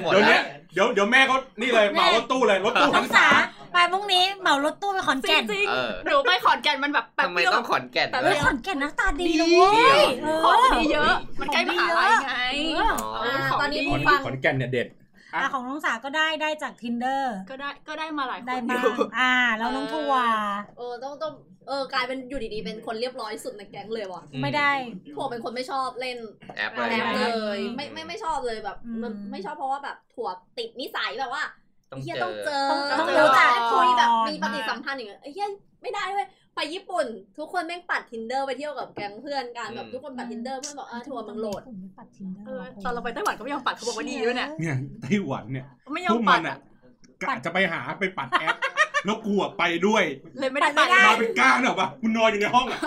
หมด เดี๋ยว แล้ เนี้ วย เดี๋ยวเดี๋ยวแม่เขานี่เลยเหมารถตู้เลยรถตู้ น้ ทั้ อง งสา ไปพรุ่งนี้เหมารถตู้ไปขอน ๆ จ แก่น ริง เออ ๆหนูไปขอนแก่นมันแบบแป๊บ ทำไม เดียว ต้องขอนแก่น แป๊บ ด้ เดี วย ยว ขอนแก่นหน้าตาดี ดี นะเว้ย เอ ของ เอ ดีเยอะ มันใกล้มหาลัยไง อ อ๋อ อ่าตอนนี้ ขอ ผู้ น ฟัง ขอนแก่นเนี่ยเด็ด อ่ะของน้องสาก็ได้ได้จาก tinder ก็ได้ก็ได้มาหลายค ได้ นอ บ้าง ยู่ อ่า แล้วน้องทัวร์ เออต้องต้องเออกลายเป็นอยู่ดีๆ เป็นคนเรียบร้อยสุดในแก๊งเลยว่ะ อืม ไม่ได้ พวกเป็นคนไม่ชอบเล่น แอปอะ แร ไร ง ไม่ เล ได้ ยไม่ไม่ไม่ชอบเลยแบบ อืม มันไม่ชอบเพราะว่าแบบถั่วติดนิสัยแบบว่า ต้อง เฮีย เจ ต้อง อ เจอ ต้อง เจ รู้จัก ได้คุยแบบมี ก่ ป อน ฏิสัมพันธ์อย่างเงี้ยเฮียไม่ได้เว้ยไปญี่ปุ่น ทุกคนแม่งปัดทินเดอร์ไปเที่ยวกับแก๊งเพื่อนกัน อืม แบบทุกคนปัดทินเดอร์เพื่อนบอกเออถั่วมึงโหลด ผมไม่ปัด tinder เออตอนเราไปไต้หวันก็ไม่ยอมปัดเขาบอกว่าดีด้วยเนี่ย เนี่ยไต้หวันเนี่ย ไม่ยอ พว ม ก ปั มั ด น อะ อ่ะกะจะไปหาไปปัดแอปแล้วกลัวไปด้วย เลยไม่ได้ ปั ปั ด ด ไม่ได้ มาเป็นก้างเนี่ยปะคุณนอนอยู่ในห้องอ่ะ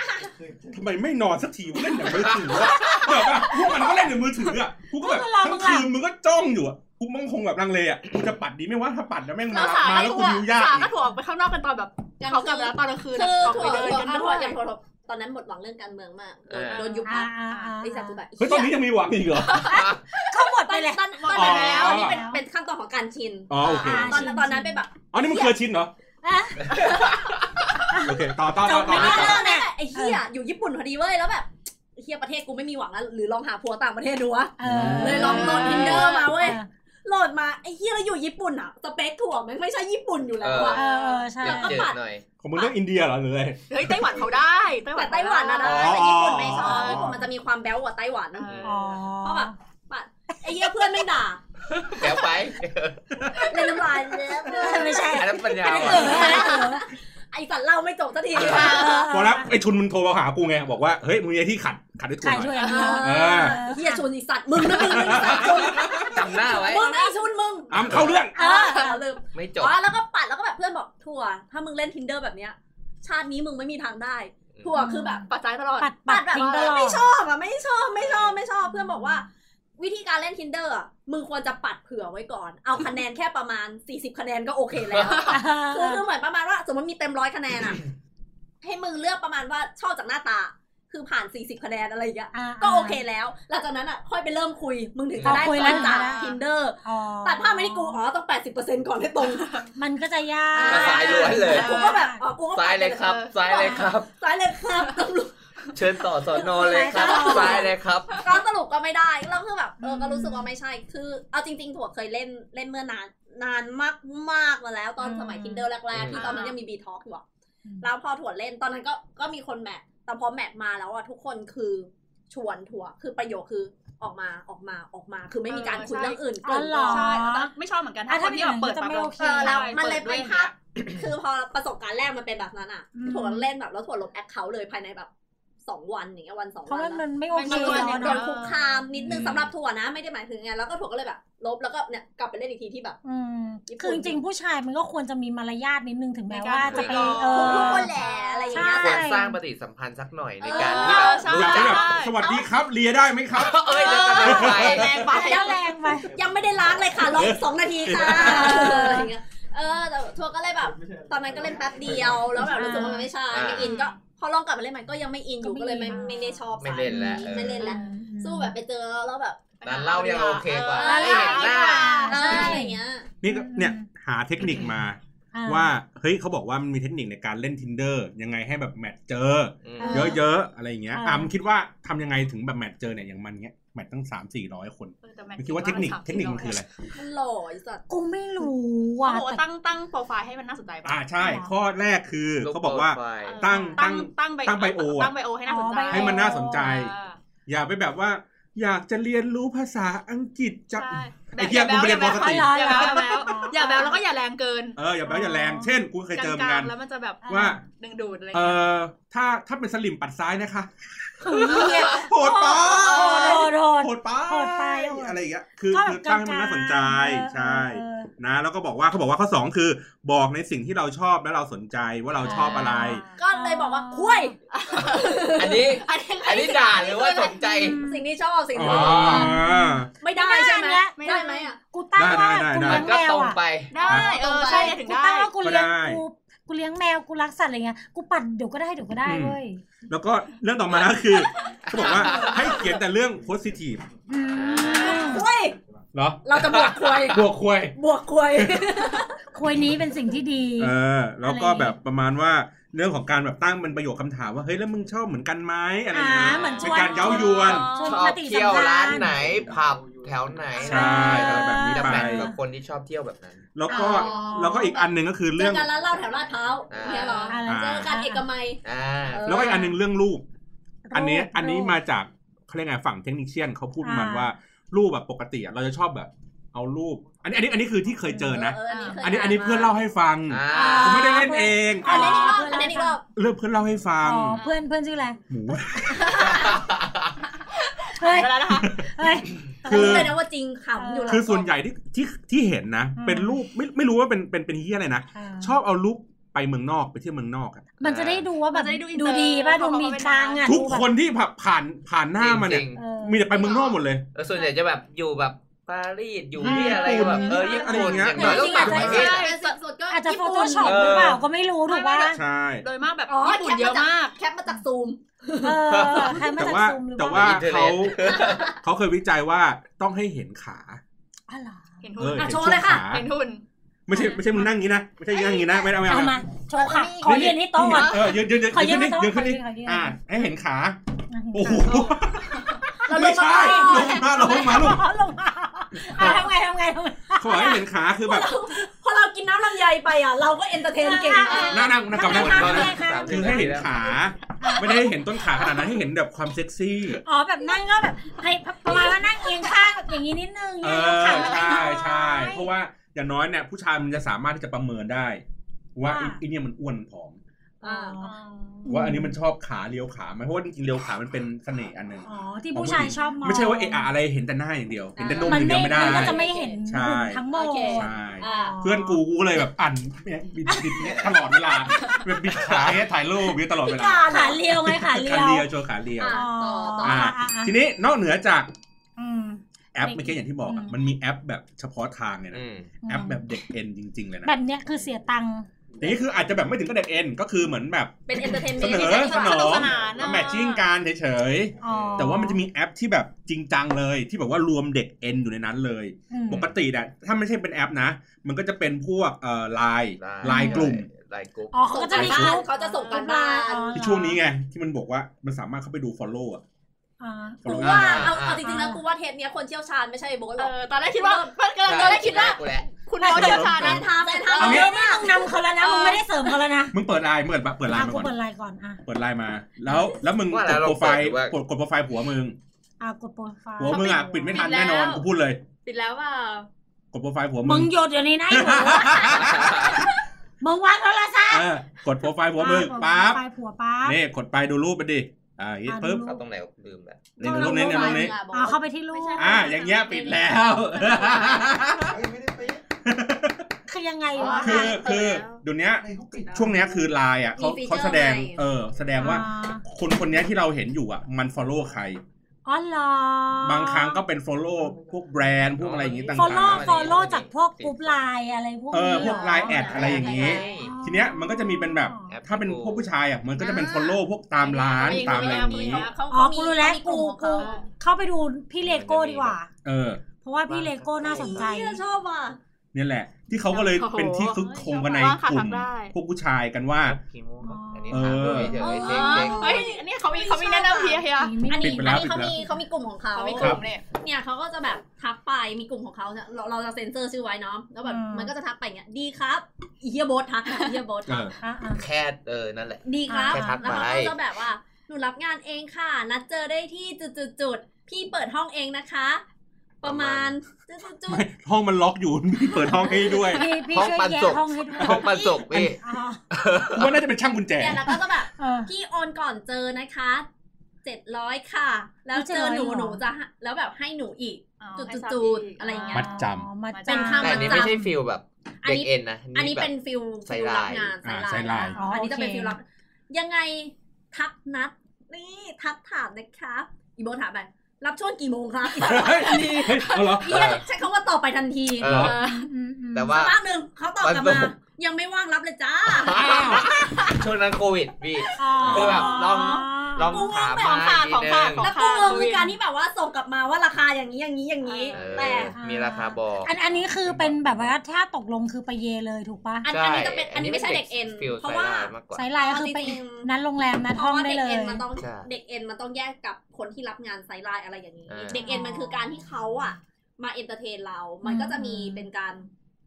ทำไมไม่นอนสักทีกูเล่นแต่มือถือวะเดี๋ยวปะพวกมันก็เล่นแต่มือถืออ่ะกูก็แบบทั้งคืนมึงก็จ้องอยู่อ่ะกูมังคงแบบลังเลอ่ะกูจะปัดดีไหมวะถ้าปัดแล้วแม่ง แล้ มา วสา มา ก็ แล้ว ถั่ กู ว ดิวยาก สา อี ก็ ก ถั่วออกไปข้างนอกกันตอนแบบเขากลับแล้วตอนกลางคืน คือ ออก ถั่ ไป ว เดิน ถั่วอ่ะกันด้ ถั่ ว วย อย่างถั่วถั่วตอนนั้นหมดหวังเรื่องการเมืองมากโดน เออ โดนยุบพั อ่าก อ่าอ่า ไอ้สัตว์ตัวแบบ เฮ้ยตอนนี้ยังมีหวังอีกเหรอ เขาหมดไป ตอน แล้ว ตอนตอน อ๋อ นั้นแล้วอันนี้เป็นเป็นขั้นตอนของการชิน อ๋อโอเค อ่า ตอนนั้นตอนนั้นเป็นแบบ อ๋อนี่มันเคยชินเหรอ อ่ะ โอเคต่อต่อ จ ต่อบ ต่อ ไม่ได้ ต่อ เรื่องเนี่ยไอ้เฮียอยู่ญี่ปุ่นพอดีเว้ยแล้วแบบไอ้เฮียประเทศกูไม่มีหวังแล้วหรือลองหาผัวต่างประเทศดูวะ เออ เลยลองโหลด Tinder มาเว้ย โหลด ดมาไอ้เฮียเราอยู่ญี่ปุ่นอ่ะสเปคถั่วมันไม่ใช่ญี่ปุ่นอยู่แล้ว เอ อ่ะ เออเออใช่ เจิดๆหน่อย ของมึงเรื่องอินเดียเหรอหรืออะไร เฮ้ยไต้หวันเขาได้ไต้หวั แต่ น ไต้หวันนะ เขา นะ ได้ แต่ญี่ปุ่นไม่ชอบ อ๋อ ญี่ปุ่นมันจะมีความแบ๊วกว่าไต้หวันนะ อ๋อ เพราะแบบปัดไอ้เหี้ยเพื่อนไม่ด่า แก้วไป เล่นน้ำลายเยอะเพื่อน ไม่ใช่ อันนั้นปัญญา ไม่ อ่ เอ อน อไม่เออ ไอ้สัตว์เล่าไม่จบสักที เออ พอแล้วไอ้ชุนมึงโทรมาหากูไงบอกว่าเฮ้ยมึงมีอะไรที่ขัดขัดด้วยทุน ขาหยน่ ช่ว อย ย อย่างเดียว เออ เฮียชุนไอีสัตว์มึงนะมึงนะไอ้สัตว์ชุน จำหน้าไว้ มึงนะไอ้ชุนมึง อ้ํเข้าเรื่อง เออลืม ไม่จบ อ๋อแล้วก็ปัดแล้วก็แบบเพื่อนบอกถั่ว ถ้ามึงเล่น tinder แบบเนี้ย ชาตินี้มึงไม่มีทางได้ถั่วคือแบบ ปัดใจายตลอด ปัดปั ปั ด ดแบบ ทิ้งตลอด ไม่ชอบอ่ะไม่ชอบไม่ชอบไม่ชอบเพื่อนบอกว่า วิธีการเล่น tinder อ่ะมึงควรจะปัดเผื่อไว้ก่อน เอาคะแนนแค่ประมาณ 40 คะแนนก็โอเคแล้ว คือคือเหมือนประมาณว่าสมมติมีเต็มร้อยคะแนนอ่ะ ให้มึงเลือกประมาณว่าชอบจากหน้าตา คือผ่าน 40 คะแนนอะไรอย่างเงี้ย อ่า ก็โอเคแล้ว หลังจากนั้นอ่ะ ค่อยไปเริ่มคุย มึงถึงจะได้ เอาคุย ผลจาก แล้วนะ tinder อ๋อ ตัดภาพมาที่กูอ๋อต้อง 80%ก่อนให้ตรง มันก็จะยาก ก็สายล้วนเลย กูก็แบบอ๋อกูก็ ซ้ายเลยครับ ซ้ายเลยครับ ซ้ายเลยครับตำรวจ เชิญต่อสอนอเลยครับ ซ้ายเลยครับ ก็สรุปก็ไม่ได้แล้วคือแบบเออก็รู้สึกว่าไม่ใช่ คือเอาจริง ๆ ถั่วเคยเล่นเล่นเมื่อนานนานมากมากๆมาแล้วตอนสมัย tinder แรกๆ ที่ตอนนั้นยังมีบีท็อกอยู่อะแล้วพอถั่วเล่นตอนนั้นก็ก็มีคนแมทแต่พอแมทมาแล้วอะทุกคนคือชวนถั่วคือประโยคคือออกมาออกมาออกมา คือไม่มีการคุยเรื่องอื่น อ๋อเหรอ ใช่แต่ไม่ชอบเหมือนกัน ถ้า อ่ะ ค ถ้าน ที่แบบเปิด เป็น ปั๊อบย่างนั้นก็จะไม่โอเค เออแล้วมันเลย ด้ เป็ วน อาง ภา งี้ พคือพอประสบการณ์แรกมันเป็นแบบนั้นอะ อืม ถั่วเล่นแบบแล้วถั่วลบแอคเคาท์เลยภายในแบบสองวันอย่างเงี้ยวันสอง เพ วัน ราะว่า อะ มันไม่โอเค คือ เน โดน อะ คุกคามนิดนึง อืม สำหรับถั่วนะ ไม่ได้หมายถึงไงแล้วก็ถั่วก็เลยแบบ ลบแล้วก็เนี่ยกลับไปเล่นอีกทีที่แบบ อืมคือจริงๆผู้ชายมันก็ควรจะมีมารยาทนิดนึงถึงแม้ว่าจะไป ในการคุย เออ ทุกคนแหละอะไรอย่างเงี้ย คว แต่ รสร้างปฏิสัมพันธ์สักหน่อยในการ เออ ที่แบบอ รู้ใช่ยาก จั จะแบบสกวัสดีครับเลียได้ไหมครับ เอ้ยแล้วจะไปไหน แรงไป เจ้าแรงไป ยังไม่ได้ล้างเลยค่ะรออีกสองนาทีค่ะอะไรอย่างเงี้ยเออแต่ถั่วก็เลยแบบ ตอนนั้นก็เล่นแป๊บเดียว แล้วแบบรู้สึกว่ามันไม่ใช่ไม่อินก็พอลองกลับมาเล่นใหม่ก็ยังไม่อินอยู่ก็เลยไม่ไม่ได้ชอบ ไม่เล่นแล้วเออ ไม่เล่นแล้วสู้แบบไปเจอแล้วแบบ ร้านเหล้ายังโอเคกว่า ร้าน ได้ เหเห็ล้านหน้า เอออะไรอย่างเงี้ย นี่ก็เนี่ยหาเทคนิคมา อ่ ว่าเฮ้ยเขาบอกว่ามันมีเทคนิคในการเล่น tinder ยังไงให้แบบแมทเจอ า เยอะๆอะไรอย่างเงี้ย อ่า อ่ะมึงคิดว่าทำยังไงถึงแบบแมทเจอเนี่ยอย่างมันเงี้ยแมทตั้งสามสี่ร้อยคน เออแต่แม่ง มึงคิดว่าเทคนิคเทคนิคมันคืออะไร มันหล่อไอ้สัตว์ กูไม่รู้ เขา ว่ะ บอกว่า แต่ ตั้งตั้งโปรไฟล์ให้มันน่าสนใจปะ อ่าใช่ ข้อแรกคือเขาบอกว่า เออ ตั้ง ตั้ง ตั้ ตั้ ง ง ตั้งไบโออะ ตั้งไบโอให้น่าสนอ๋อใจไบโอ ให้มันน่าสนใจ อ่า อย่าไปแบบว่า อยากจะเรียนรู้ภาษาอังกฤษจาก ใช่ ไอ้เหี้ย แบบ กูเรียนปกติ อย่าแบวอย่าแบวอย่าแบวแล้วก็อย่าแรงเกิน เอออย่าแบบอย่าแรงเช่นกูเคยเจอเหมือนกัน แล้วมันจะแบบ ว่า ดึงดูดอะไร เอ เงี้ย อถ้าถ้าเป็นสลิมปัดซ้ายนะคะ ถึงเนี่ย โหดไป โอ้โดน โหดไป โหดไป อะไรอย่างเงี้ยคือ ก็แบ คือบ ตั้งให้มันน่าสนใจใช่ เออ นะแล้วก็บอกว่าเขาบอกว่าข้อสองคือ บอกในสิ่งที่เราชอบและเราสนใจว่าเราชอบอะไร ก็เลยบอกว่าคุย อันนี้ อันนี้ อันนี้ด่าหรือว่าสนใจ สิ่งที่ชอบสิ่งที่ อ๋อ ชอบไม่ได้ใช่ไหม ไม่ได้นะ ได้ไหมอ่ะ กูตั้งว่า ได้ กู ได้ได้ เลี้ยงแมก็วตรง อ่ะ ไป ได้เออใช่ถึง กู ได้ ตั้งว่ากูเลี้ยง ก็ได้ กูกูเลี้ยงแมวกูรักสัตว์อะไรเงี้ยกูปัดเดี๋ยวก็ได้เดี๋ยวก็ได้เว้ย แล้วก็เรื่องต่อมานะคือเขาบอกว่าให้เขียนแต่เรื่อง positive อืม ควย เหรอ เราจะบวกค วย บวกควย บวกควย คุยนี้เป็นสิ่งที่ดี เออ แล้วก็แบบประมาณว่าเรื่องของการแบบตั้งเป็นประโยคคำถามว่าเฮ้ยแล้วมึงชอบเหมือนกันไหมอะไรอย่างเงี้ย อ่าเหมือนช เป็ วน นการเย้ายวน ชม ชอ ป บ ฏิสัมพันธ์ เที่ยวร้านไหน ผับแถวไหน ใช่อะไรแบบนี้ จะ ไป แมทกับคนที่ชอบเที่ยวแบบนั้น แล้วก็ อ๋อ แล้วก็อีกอันหนึ่งก็คือ เจ เรื่อ อง กันร้านเหล้าแถวลาดพร้าวอย่างเนี่ยเหรอ อะไร อ่า เจอกันเอกมัย อ่า แล้วก็อีกอันหนึ่งเรื่องรูป รูป อันนี้อันนี้ รูป มาจากเขาเรียกไงฝั่งเทคนิคเชียนเขาพูดประมัน อ่า ว่ารูปแบบปกติอะเราจะชอบแบบ เอารูป อันนี้อันนี้อันนี้คือที่เคยเจอนะ เออเออ อันอัน นี้ นี้ อันนี้เพื่อนเล่าให้ฟัง อ่า ผมไม่ได้เล่นเอง อันนี้อีกรอบ เพื่ อั อนนเล่าให้นี้อีกฟังรอบ เรื่องเพื่อนเล่าให้ฟัง อ๋อเพื่อนเพื่อนชื่ออะไร หมู เฮ้ย เวลานะคะ เฮ้ย คือ เลยนะว่าจริงขำอยู่แล้ว คือส่วนใหญ่ที่ที่ที่เห็นนะ อืม เป็นรูปไม่ไม่รู้ว่าเป็นเป็นเป็นเฮียอะไรนะ ชอบเอารูปไปเมืองนอกไปเที่ยวเมืองนอกอะ มันจะได้ดูว่าแบบ มันจะได้ดูอินเตอร์ ดีป่ะ เพ ดู ราะ มี เขาเป็น คลังอ่ะ ทุก ดูแบบ คนที่ผ่านผ่านผ่านหน้ามาเนี่ย จริง เออ มีแต่ไปเมืองนอกหมดเลย ๆแล้วส่วนใหญ่จะแบบอยู่แบบปารีสอยู่ อืม ที่อะไรก็แบบเออญี่อะไรอปุ่นย่างเงี้ย อย่างน้อยต้องต่างประเทศอะ สุดสุดก็ อาจจะ ญี่ โฟ ปุ่น โต้ช็อปหรือเปล่าก็ไม่รู้ถูกป่ะ ใช่ โดยมากแบบ อ๋อ ญี่ปุ่นเยอะมาก แคปมาจากซูม เออใครมา แต่ จาก ว่า ซูมหรือ แต่ว่าว่าอินเทอร์เน็ เขา ต เขาเคยวิจัยว่าต้องให้เห็นขา อ๋อเหรอ เห็น เอ หุ่น อ อ่ะ เห็น โช ช่ว ว์ ง เลยค่ะ ขา เห็นหุ่น ไม่ใช่ไม่ใช่มึงนั่งอย่างนี้นะไม่ใช่นั่งอย่างนี้นะไม่เอาไม่ เอา เอา มาโชว์ค่ะ ขอยืนที่โต๊ะก่อน เออยืนยืนยืน ขอยื ยืน น ขึ้นดิ ไป ยืนขึ้นดิ ขอยืนขอยืน อ่าให้เห็นขาโอ้โห เราล ไม่ งมา ใช่ลงมาลงมาลง เอาลงมาอ่ะทำไงทำไงทำไง เขาบอกให้เห็นขาคือแบบ พอเรากินน้ำลำไยไปอ่ะ เราก็เอนเตอร์เทนเก่ง เออ นั่งนั่งนั่งกลับนั่งกลับ นั่งนั่ง คือให้เห็นขา ไม่ได้ให้เห็นต้นขาขนาดนั้นให้เห็นแบบความเซ็กซี่ อ๋อแบบนั่งก็แบบให้ประมาณว่านั่งเอียงข้างแบบอย่างนี้นิดนึง เอ เนี่ย อ ขามัน ใช่ใช่ น้อย เพราะว่าอย่างน้อยเนี่ยผู้ชายมันจะสามารถที่จะประเมินได้ ว่าไอ้ ว่า ไอ้เนี่ยมันอ้วนผอม อ่า อ๋อ ว่าอันนี้มันชอบขาเลี้ยวขาไหมเพราะว่าจริงๆเลี้ยวขามันเป็นเสน่ห์อันหนึ่ง อ๋อที่ผู้ชายชอบมอง ไม่ใช่ว่าเอะอะอะไรเห็นแต่หน้าอย่างเดียวเห็นแต่นม มัน อย่างเดียวไม่ไม่ได้ มันก็จะไม่เห็น ใช่ หุ่นทั้งหมด โอเค ใช่ อ่า เพื่อนกูกูก็เลยแบบอั่นเนี่ยบิดบิดเนี่ยตลอดเวลาแบบบิดขาเนี่ยถ่ายรูปเนี่ยตลอดเวลา ขาเลียวไงขาเลีย ขาว เลียวโชว์ขาเลียว อ่ะ ต่อต่อ อ่า อ่ะ ทีนี้นอกเหนือจาก อืม แอปเมื่อกี้อย่างที่บอกอะ อืม มันมีแอปแบบเฉพาะทางเลยนะ อืม แอปแบบเด็กเอ็นจริง ๆ เลยนะ แบบเนี้ยคือเสียตังค์ อย่างนี้คืออาจจะแบบไม่ถึงกับเด็กเอ็นก็คือเหมือนแบบ เป็นเอนเตอร์เทนเม เส นต์ นอ ที่ สน สนุ อก ง สนาน แมทชิ่งการเฉย อ๋อ ๆแต่ว่ามันจะมีแอปที่แบบจริงจังเลย ที่แบบว่ารวมเด็กเอ็นอยู่ในนั้นเลย อืม ปกติเนี่ยถ้าไม่ใช่เป็นแอปนะ มันก็จะเป็นพวกเอ่อไลน์ไล LINE น์กลุ่ม ไลน์กลุ่ม อ๋อเขาก็จะมี ส่ง ก การบ้านรุ๊ปเขาจะส่งการบ้าน อ๋อ ที่ช่วงนี้ไง ที่มันบอกว่ามันสามารถเข้าไปดู follow อ่ะ อ๋อ กู follow ว่า ได้ เอาเอาจริงๆแล้วกูว่าเทปเนี้ยคนเชี่ยวชาญไม่ใช่โบ๊ทหร เอ อก อตอนแรกคิดว่าตอนแรกำลังคิดว่า คุณโบ๊ทเชี่ยวชาญ แฟ นะ นทามแฟนทาม เอา เ เรื่องนี้มึงนำเขาแล้วนะมึงไม่ได้เสริมเขาแล้วนะ มึงเปิดไลน์มึงเปิดเปิดไล อ่ะ น์มา กู ก่อ เปิด น ไลน์ก่อนอ่ะ เปิดไลน์มา แล้วแล้วมึง ว่าแล้ กดวเรา โปรไฟล์ เปิดหรือว่า กดกดโปรไฟล์ผัวมึง อ่ะกดโปรไฟล์ ผัวมึงอ่ะปิดไม่ทันแน่นอน ปิดแล้ว กูพูดเลย ปิดแล้วเปล่าก ดโปรไฟล์ผัว มึ มึ ง ง หยุดเดี๋ยวนี้นะไอ้หัวมึงวางโทรศัพท์ เออกดโปรไฟล์ผัวมึง อ่ะ ปั๊บ กดโปรไฟล์ผัวปั๊บ นี่กดไปดูรูปไปดิ อ่าอี อ่า ปึ๊บ ดู เขาตรงไหนก็ลืมแล้ว นี่ดูรูปนี้เนี่ยรูปนี้ อ่ะเข้าไปที่รูป อ่า อย่างเงี้ยปิดแล้ว ไม่ได้ปิด คือยังไงวะ คือคือเดี๋ยวเนี้ย ไม่เขาปิดนะ ช่วงเนี้ยคือไลน์อ่ะเขา มีฟีเจอร์ เขาแสดง ใหม่ เออ แสดงว่า อ่า คนคนเนี้ยที่เราเห็นอยู่อ่ะ มัน follow ใคร อ๋อเหรอบ างครั้งก็เป็น follow พวกแบรนด์พวกอะไรอย่างงี้ต่าง ฟอลโล่ ๆ ฟอลโล่จากพวกกรุ๊ปไลน์อะไรพวก เอ นี้ อพเหร วกไลน์แอดอะไรอย่างงี้ ทีเนี้ยมันก็จะมีเป็นแบบ ถ้าเป็นพวกผู้ชายอ่ะ มันก็จะเป็น follow พวกตามร้านตามอะไรอย่างงี้ ขา อ๋อ เขามี กูรู้แล้ว เขามี กู ลุ่มของ กู เขาอะ เข้าไปดูพี่เลโก้ดีกว่า เออ เพราะว่าพี่เลโก้น่าสนใจ เนี่ยชอบว่ะ เนี่ยแหละ ที่เขาก็เลยเป็นที่คึกโคงกันในกลุ่มพวกผู้ชายกันว่า กี่โมงครับอันนี้ เออ ถามดูเฉยๆเช็คเช็ค เฮ้ยอันนี้เขามีเขามีแนะนำเฮียเฮีย อัน ปิ นี้ ดไปแล้ อั วนปิดไปแล้วนี้เขามีเขามีกลุ่มของเขา เขามีกลุ่มเนี่ย เนี่ยเขาก็จะแบบทักไปมีกลุ่มของเขาเนี่ยเราเราจะเซ็นเซอร์ชื่อไว้เนาะแล้วแบบ อืม มันก็จะทักไปเงี้ยดีครับอีเฮียโบททักนะอีเฮียโบท เอ ทัก อ อ่ะอ่ะ แค่เออนั่นแหละ ดีครับ แค่ทัก แล้วเขา ไป ก็จะแบบว่าหนูรับงานเองค่ะ นัดเจอได้ที่จุดจุดจุดๆๆพี่เปิดห้องเองนะคะ ประมาณจุดจุดจุด ไม่ห้องมันล็อกอยู่ พี่เปิดห้องให้ด้วย พี่พี่ ห้อง ช่วย ปัน แย สุ ก ก ห้องให้ด้วย ห้องปันสุกพี่ อ๋อ กูว่าน่าจะเป็นช่างกุญแจ เนี่ยแล้วก็จะแบบ เออ พี่โอนก่อนเจอนะคะเจ็ดร้อยค่ะ แล้วเจอหนู 700 หนูจะให้แล้วแบบให้หนูอีก จุดๆๆอะไรอย่างเงี้ย มัดจำ อ๋อมัดจำ เป็นค่า แต่อันนี้ไม่ใช่ฟิลแบบ อัน เด็ก นี้ เอ็นนะ อันนี้ แบบ เป็นฟิล ใส่ ฟิลรับงาน ลาย ใส่ลาย อ๋ออั อันนี้จะเป็น โอเค ฟิลรับยังไงทักนัด นี่ทักถามนะครับ อีโบถามไปรับช่วงกี่โมงครับ เฮ้ยเอาเหรอ เอียใช้คำว่าตอบไปทันที เออ เออ อืมอืม แต่ว่า สักพักหนึ่งเขาตอบกลับ วัน มา ศุกร์ ยังไม่ว่างรับเลยจ้า ช่วงนั้นโควิดพี่ อ๋อ คือแบบลอง ลอง กูงง ถาม แบบ มา ของฝาก ดี ขนึงองฝากแล้วกูงงคือการที่แบบว่าส่งกลับมาว่าราคาอย่างนี้อย่างนี้อย่างนี้ เอ แต่ อมีราคาบอก อันอันนี้คือเป็นแบบว่าถ้าตกลงคือไปเยเลยถูกปะ อันอัใช่นนี้จะเป็นอันนี้ไม่ใช่ อันนี้ เด็กเอ็น ฟิล เพราะว่า ใส่ได้มากกว่า สายไลน์ก็คือไป เอาจริง นัดโรงแรมนัด เพ ห้อ ราะ ง ว่า ได้ เด็ก เลย เอ็นมันต้อง ใช่ เด็กเอ็นมันต้องแยกกับคนที่รับงานไซด์ไลน์อะไรอย่างนี้ อ่า เด็กเอ็นมันคือการที่เขาอะมาเอนเตอร์เทนเรา มันก็จะมีเป็นการ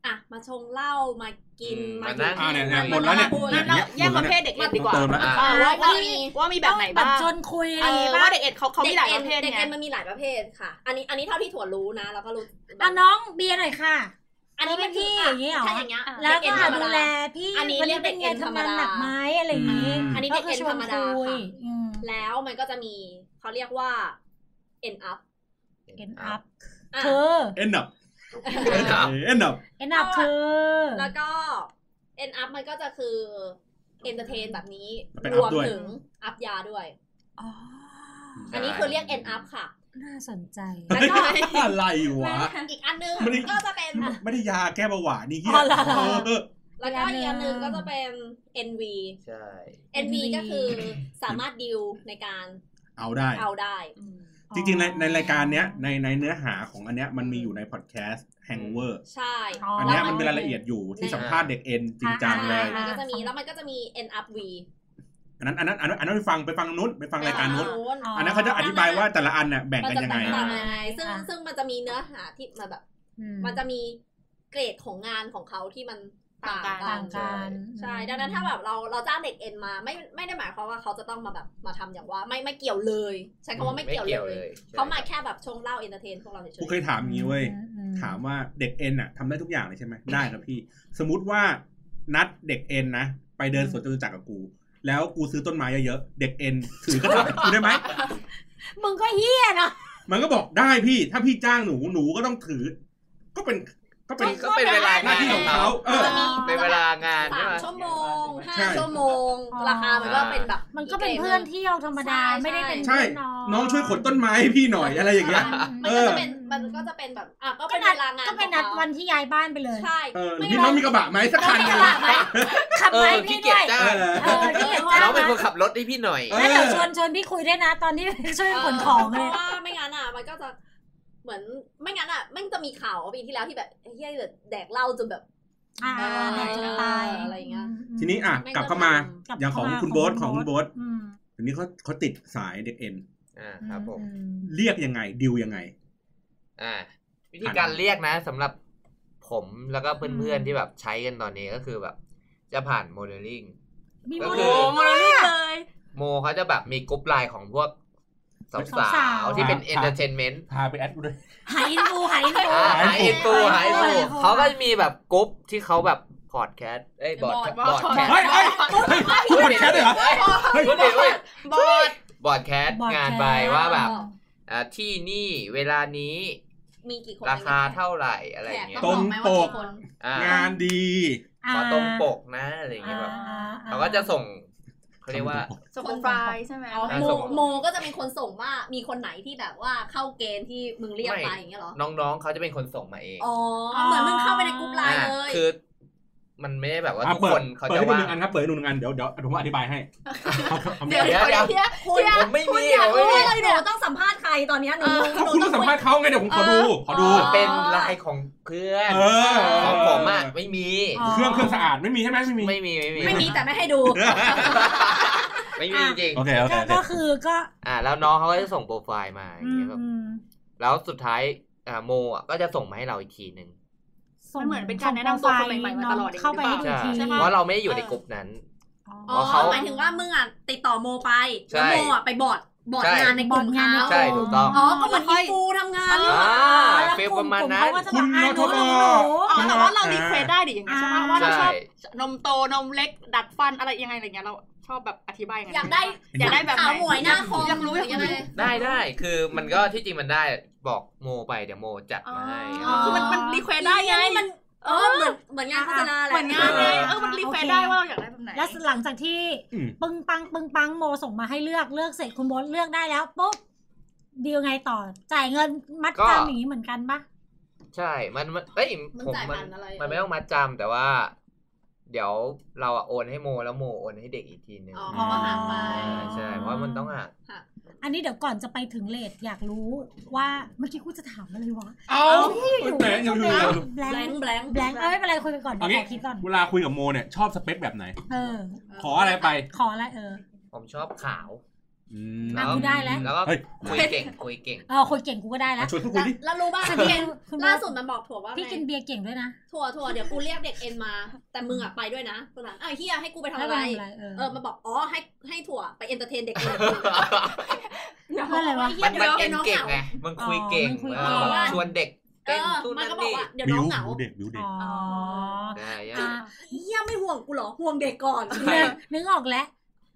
อ่ะมาชงเหล้ามากิน อืม มา มานั่ง อ่าเนี่ยเนี่ย า หมดแล้วเนี่ย าพูด เนี่ย เรา เนี่ย แยกประเภทเด็กเอ็นดีกว่า เติมแล้ว เออว่าว่ามีว่ามีแบบไหน บั บ้า ต ง รจนคุยอะไรเออย่าง อ งี้ ว่า ปะ เด็กเอ็นเขาเขามีหลายประเภท เด็ก ไง เอ็นมันมีหลายประเภทค่ะ อันนี้อันนี้เท่าที่ถั่วรู้นะ แล้วก็รู้ อ่ะน้องเบียร์หน่อยค่ะ อันนี้เป็นที่ เด็กเอ็นอย่างนี้เหรอ ใช่อย่างเงี้ย อ่ะ แล้ว เด็เอ็ ก็ นธรรอ่ะม ดู ดา แลพี่ อันนี้ วั เรียก เป็นไง เด็กเอ็นธรรม ทำงาน ดา หนักไหมอะไรอย่างงี้ อืม อันนี้เด็ก คื เอ็นธรรมดา ชวนคุย ค่ะ อืม แล้วมันก็จะมีเขาเรียกว่า end up เอ็นอัพ อ่ะ คือ เอ็นดับ เอ็นอัพ เอ็นดับ เอ็นอัพคือ แล้วก็ end up มันก็จะคือ entertain แบบนี้ ไป ร อัพ วม ด้วย ถึงอัพยาด้วย อ๋อ อันนี้คือเรียก end up ค่ะ น่าสนใจ แล้วก็ อะไรวะ อีกอันนึง ไม่ได้ ก็จะเป็น ไม่ได้ยาแก้เบาหวานนี่เฮี อ๋ ย อเหรอ เออ แล้วก็อีกอันนึงก็จะเป็น NV ใช่ NV NV ก็คือสามารถดิวในการ เอาได้ เอาได้ จริงๆในในรายการเนี้ยในในเนื้อหาของอันเนี้ยมันมีอยู่ในพอดแคสต์ Hangover ใช่ อ๋ออั อันเนี้ยมันเป็นรายละเอียดอยู่ที่สัมภาษณ์เด็กเอ็นจริงจังเลย ใช่มันก็จะมีแล้วมันก็จะมี end up V อันนั้นอันนั้นอันนั้นอันนั้นไปฟังไปฟังนู้นไปฟังรายการนู้น นู้น อันนั้นเขาจะอธิบายว่าแต่ละอันน่ะแบ่งกัมัน จะ ยัง แต ไง กต่างยังไงซึ่ง อ่ะ ซึ่งมันจะมีเนื้อหาที่มาแบบ อื มันจะมี เกรดของงานของเขาที่มัน ต่า ต่าง ง กั กัน น ต่างกัน ใช่ดังนั้นถ้าแบบเราเราจ้างเด็กเอ็นมาไม่ไม่ได้หมายความว่าเขาจะต้องมาแบบมาทำอย่างว่าไม่ไม่เกี่ยวเลยใช้คำว่าไม่เกี่ยวเลย เขามาแค่แบบชงเหล้าเอนเตอร์เทนพวกเราเฉ กู ย เคยถามอย่างนี้เว้ย อือื ถามว่าเด็กเอ็นอะทำได้ทุกอย่างเลยใช่ไหมได้ครับพี่ สมมติว่านัดเด็กเอ็นนะ ไปเดินสวนจตุจักรกับกู แล้วกูซื้อต้นไม้เยอะๆ เด็กเอ็นถือกระถางกูได้ไหม มึงก็เฮียเนาะ มันก็บอกได้พี่ ถ้าพี่จ้างหนูหนูก็ต้องถือ ก็เป็นก็เป็น ก็เป็นเวลา หน้าที่ของเขาเออ เป็นเวลางาน ๆ ใช่ สาม ไหม ชั่วโมงห้า ใช่ ชั่วโมง ราคามันก็เป็นแบบ มันก็เป็นเพื่อนเที่ยวธรรมดา ใช่ ไม่ได้เป็น ใช่ เพื่อนน้อง น้องช่วยขนต้นไม้ให้พี่หน่อยอะไรอย่างเงี้ย มันก็จะเป็นมันก็จะเป็นแบบอ่ะก็ ก็ เป็น นั เว ด ลางาน ก็เป็นนัด ของเขา วันที่ย้ายบ้านไปเลย ใช่ เออหรือ ไม่ พี่น้อ เรา งมีกระบะไหมสักคันหนึ่ง ขับ เอ ไป อ เรื่ ขี้เกียจ อย จ้า เออ ๆเออขี้เกียจ น้ จ้า อง ง เป็นคน นะ ขับรถให้พี่หน่อย เออ แล้วเดี๋ยวชวนชวนพี่คุยด้วยนะ ตอนที่ ช่วยขนของ เพ เลย ราะว่าไม่งั้นอ่ะมันก็จะเหมือนไม่งั้นอ่ะแม่งจะมีข่าวปีที่แล้วที่แบบเฮ้ยแบบแดกเหล้าจนแบบ อ่าแดดจนตาย อะไรอย่างเงี้ย ม ทีนี้อ่ะกลับเข้ามา ลับ อย่างของ เข้ามา คุณโบ๊ท ข ข อ อง ง คุ คุณ ณ โบ๊ โบ๊ ท ท อืม เดี๋ยวนี้เขาเขาติดสายเด็กเอ็น อ่าครับผม อื เรียกยังไงดิวยังไง อ่า วิธีการเรียกนะสำหรับผมแล้วก็เพื่อนๆที่แบบใช้กันตอนนี้ก็คือแบบ จะผ่านโมเดลลิ่ง มี ก็ โม โอ้เดลคือโหโมโนลิทเลย โมเขาจะแบบมีกรุ๊ปไลน์ของพวกสาว สาวๆ ๆที่เป็น ครับ เอนเตอร์เทนเมนต์ พาไปแอดกูด้วย หายอินฟูหายอินฟู อ่าหายอินฟูหายอินฟู หายอินฟู เขาก็จะมีแบบกรุ๊ปที่เขาแบบพอดแคสต์เอ้ยบอด บบ อ อ ด ดแคสต์ เฮ้ยเฮ้ยเฮ้ยคุณพอดแคสต์ด้วยเหรอ เฮ้ยพูดผิดเว้ย บอด บอดแคสต์งานไปว่าแบบอ่าที่นี่เวลานี้ มีกี่คน ราคาเท่าไหร่อะไรอย่างเงี้ตยต ร รง ง ป ป ก ก อ่า งานดี ขอตรงปกนะอะไรอย่างเงี้ยแบบ อ่อ่ เขาก็จะส่งเขาเรียกว่า สโปไฟล์ใช่ไหม อ๋อ อ่า โม ส่ง โมก็จะเป็นคนส่งว่ามีคนไหนที่แบบว่าเข้าเกณฑ์ที่มึงเรียกไปอย่างเงี้ยเหรอ น้องๆเขาจะเป็นคนส่งมาเอง อ๋อ เหมือนมึงเข้าไปในกลุ่มไลน์เลย อ่าคือ มันไม่ได้แบบว่า อ่ะ ทุก เปิด คนเขา เปิด จะ ให้ดู ว่า หนึ่งอันครับ เปิดให้ดูหนึ่งอัน เดี๋ยวเดี๋ยวผมอธิบายให้เอา เดี๋ยวเดี๋ยวเดี๋ยว เดี๋ยว คุ คุณ ณผมไม่ คุณ มี อยาก ผมไม่ รู้ มี เลยหนูต้องสัมภาษณ์ใครตอนเนี้ยหนู เอาคุณต้องสัมภาษณ์เขาไงเดี๋ยวผมขอดู ขอดู เป็นลายของเพื่อน เออ ของผมอ่ะไม่มี เครื่องเครื่องสะอาดไม่มีใช่ไหมไม่มี ไม่มีไม่มี ไม่มีแต่ไม่ให้ดู ไม่มีจริง โอเคโอเค ก็ โอเค ก็คือก็ ๆอ่า แล้วน้องเขาก็จะส่งโปรไฟล์มาอ อื ย่าง ม เงี้ยแบบ อืม แล้วสุดท้ายอ่าโมอ่ะก็จะส่งมาให้เราอีกทีหนึ่ง มันเหมือนเป็นการแนะนำตัวคนใหม่ๆมาตลอด เข้าไปให้ดู ใช่ ที เพราะเราไม่ได้อยู่ในกลุ่มนั้น อ๋ อ๋ อ อ เขา หมายถึงว่ามึงอ่ะติดต่อโมไป ใช่ แล้วโมอ่ะไปบอร์ดบอร์ด ใช่ งานในกลุ่มเขา ใช่ถูกต้อง อ๋อ ก็เหมือนอีฟูทำงานนี่หว่า อ่า แล้ว ฟีล ก ป ลุ่ ระ ม มาณ กลุ่ม นั้น เขาก็จะแบบอ่ะหนูหนูหนู อ๋อแต่ว่าเรารีเควสได้ดิอย่างเงี้ยใช่ไหมว่าเราชอบ ใช่ นมโตนมเล็กดัดฟันอะไรยังไงอะไรเงี้ยเราชอบแบบอธิบายยังไง อยากได้ อยากได้แบบ ขาวหมวยหน้าคอม อยากรู้อยาก ยัง รู้ ไง ได้ได้คือมันก็ที่จริงมันได้บอกโมไปเดี๋ยวโมจัดมาให้ อ๋อ คือมันมันรีเควสได้ไง มัน เออ เหมือนเหมือนงานโฆษณาแหละ เหมือนงานไงเออมันรีเควสได้ โอเค ว่าเราอยากได้แบบไหน แล้วหลังจากที่ อืม ปึ้งปังปึ้งปังโมส่งมาให้เลือกเลือกเสร็จคุณโบทเลือกได้แล้วปุ๊บดีลไงต่อ จ่ายเงินมัด ก็ จำอย่างนี้เหมือนกันปะ ใช่ มันมันเอ้ย มัน ผม จ่าย มั ผ่าน นอะไร มันไม่ต้องมาจำแต่ว่า เดี๋ยวเราอะโอนให้โมแล้วโมโอนให้เด็กอีกทีหนึ่ง อ๋อเพราะว่าห่างไป ใช่ใช่เพราะว่ามันต้องห่าง อันนี้เดี๋ยวก่อนจะไปถึงเลทอยากรู้ว่าเมื่อกี้กูจะถามอะไรวะ เอาแต่ยังอยู่เลย แบ แบ ง ง ค์ ค์แบงค์ แบงค์เอ้ยไม่เป็นไรคุยกันก่อน เอา เดี๋งี้ยวขอคิดก่อน เวลาคุยกับโมเนี่ย ชอบสเปคแบบไหน เออ ขออะไรไป ขออะไรเออ ผมชอบขาว อืม อ่ะกูได้แล้ว แล้วก็ เฮ้ย คุยเก่งคุยเก่ง เออคนเก่งกูก็ได้ มา แล้ว ชวนทุกคนดิ แล้วรู้ป่ะ ฉัน พี่ เก่ เอ็ ง น คุณ ล่าสุดมันบอกถั่วว่า พี่ ไง กินเบียร์เก่งด้วยนะ ถั่วถั่วเดี๋ยวกูเรียกเด็กเอ็นมา แต่มึงอ่ะไปด้วยนะตอนนั้นอ้าวเฮียให้กูไปทำอะไร ม่เป็น เออมาบอกอ๋อให้ให้ถั่วไปเอนเตอร์เทนเด็กเอ็น เพื่ออะไรวะ มันมันเอ็นเก่ง เดี๋ยว ไงมันคุยเก่ง อ๋อมันคุยเก่งเออชวนเด็ก เอ เต้น อ ตู้ มัน นั่น ก็บอก นี่ ว่าเดี๋ยว บิ น้ ว องเหงา บิวเด็กบิวเด็ก อ๋อ ได้ยา อ่ะ ก เฮียไม่ห่วงกูเหรอห่วงเด็กก่อน นึกนึกออกแล้ว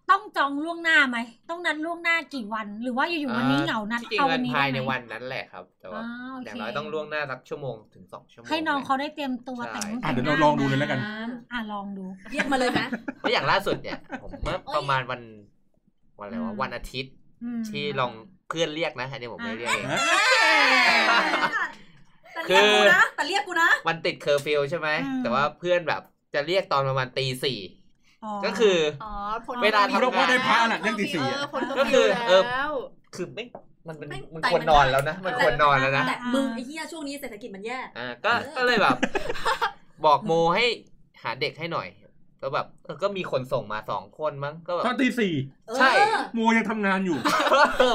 ต้องจองล่วงหน้าไหม ต้องนัดล่วงหน้ากี่วัน หรือว่าอยู่ๆวันนี้เหงานัด ที่จริง เอา มั วัน น นี้ ภายใน ได้ไหม วันนั้นแหละครับ แต่ว่า อ่าโ อย่างน้อยต้องล่วงหน้าสักชั่วโมงถึงสองชั่วโมง ให้น้องเขาได้เตรียมตัว ใช่ แต่ง อ่ะเดี๋ยวเราลองดูเลยแล้วกัน อ่ะลองดู เรียกมาเลยนะ แล้วอย่างล่าสุดเนี่ย ผมเมื่อประมาณวันวันอะไรวะวันอาทิตย์ อืม ที่ลองเพื่อนเรียกนะอันนี้ผมไม่เรียกเอง ฮะ แต่เรียกกูนะแต่เรียกกูนะ มันติดเคอร์ฟิวใช่ไหม อืม แต่ว่าเพื่อนแบบจะเรียกตอนประมาณตีสี่ อ๋อ ก็คือ อ๋อผล เวลา คุณ ทำ ต้อง ง ว่าน ได้พระน่ะเรื่องตีสี่ เออ อะ ผล ก็คือเออ แล้ว คือไม่มันเป็น ไม่ มัน แต่ ควร มัน นอน ได้ แล้วนะ มันควรนอนแล้วนะ แต่มึงไอ้เฮียช่วงนี้เศรษฐกิจมันแย่ อ่า ก็ ก็เลยแบบ บอกโมให้หาเด็กให้หน่อย ก็แบบเออก็มีคนส่งมาสองคนมั้ง ก็แบบ ตอนตีสี่ ใช่ โมยังทำงานอยู่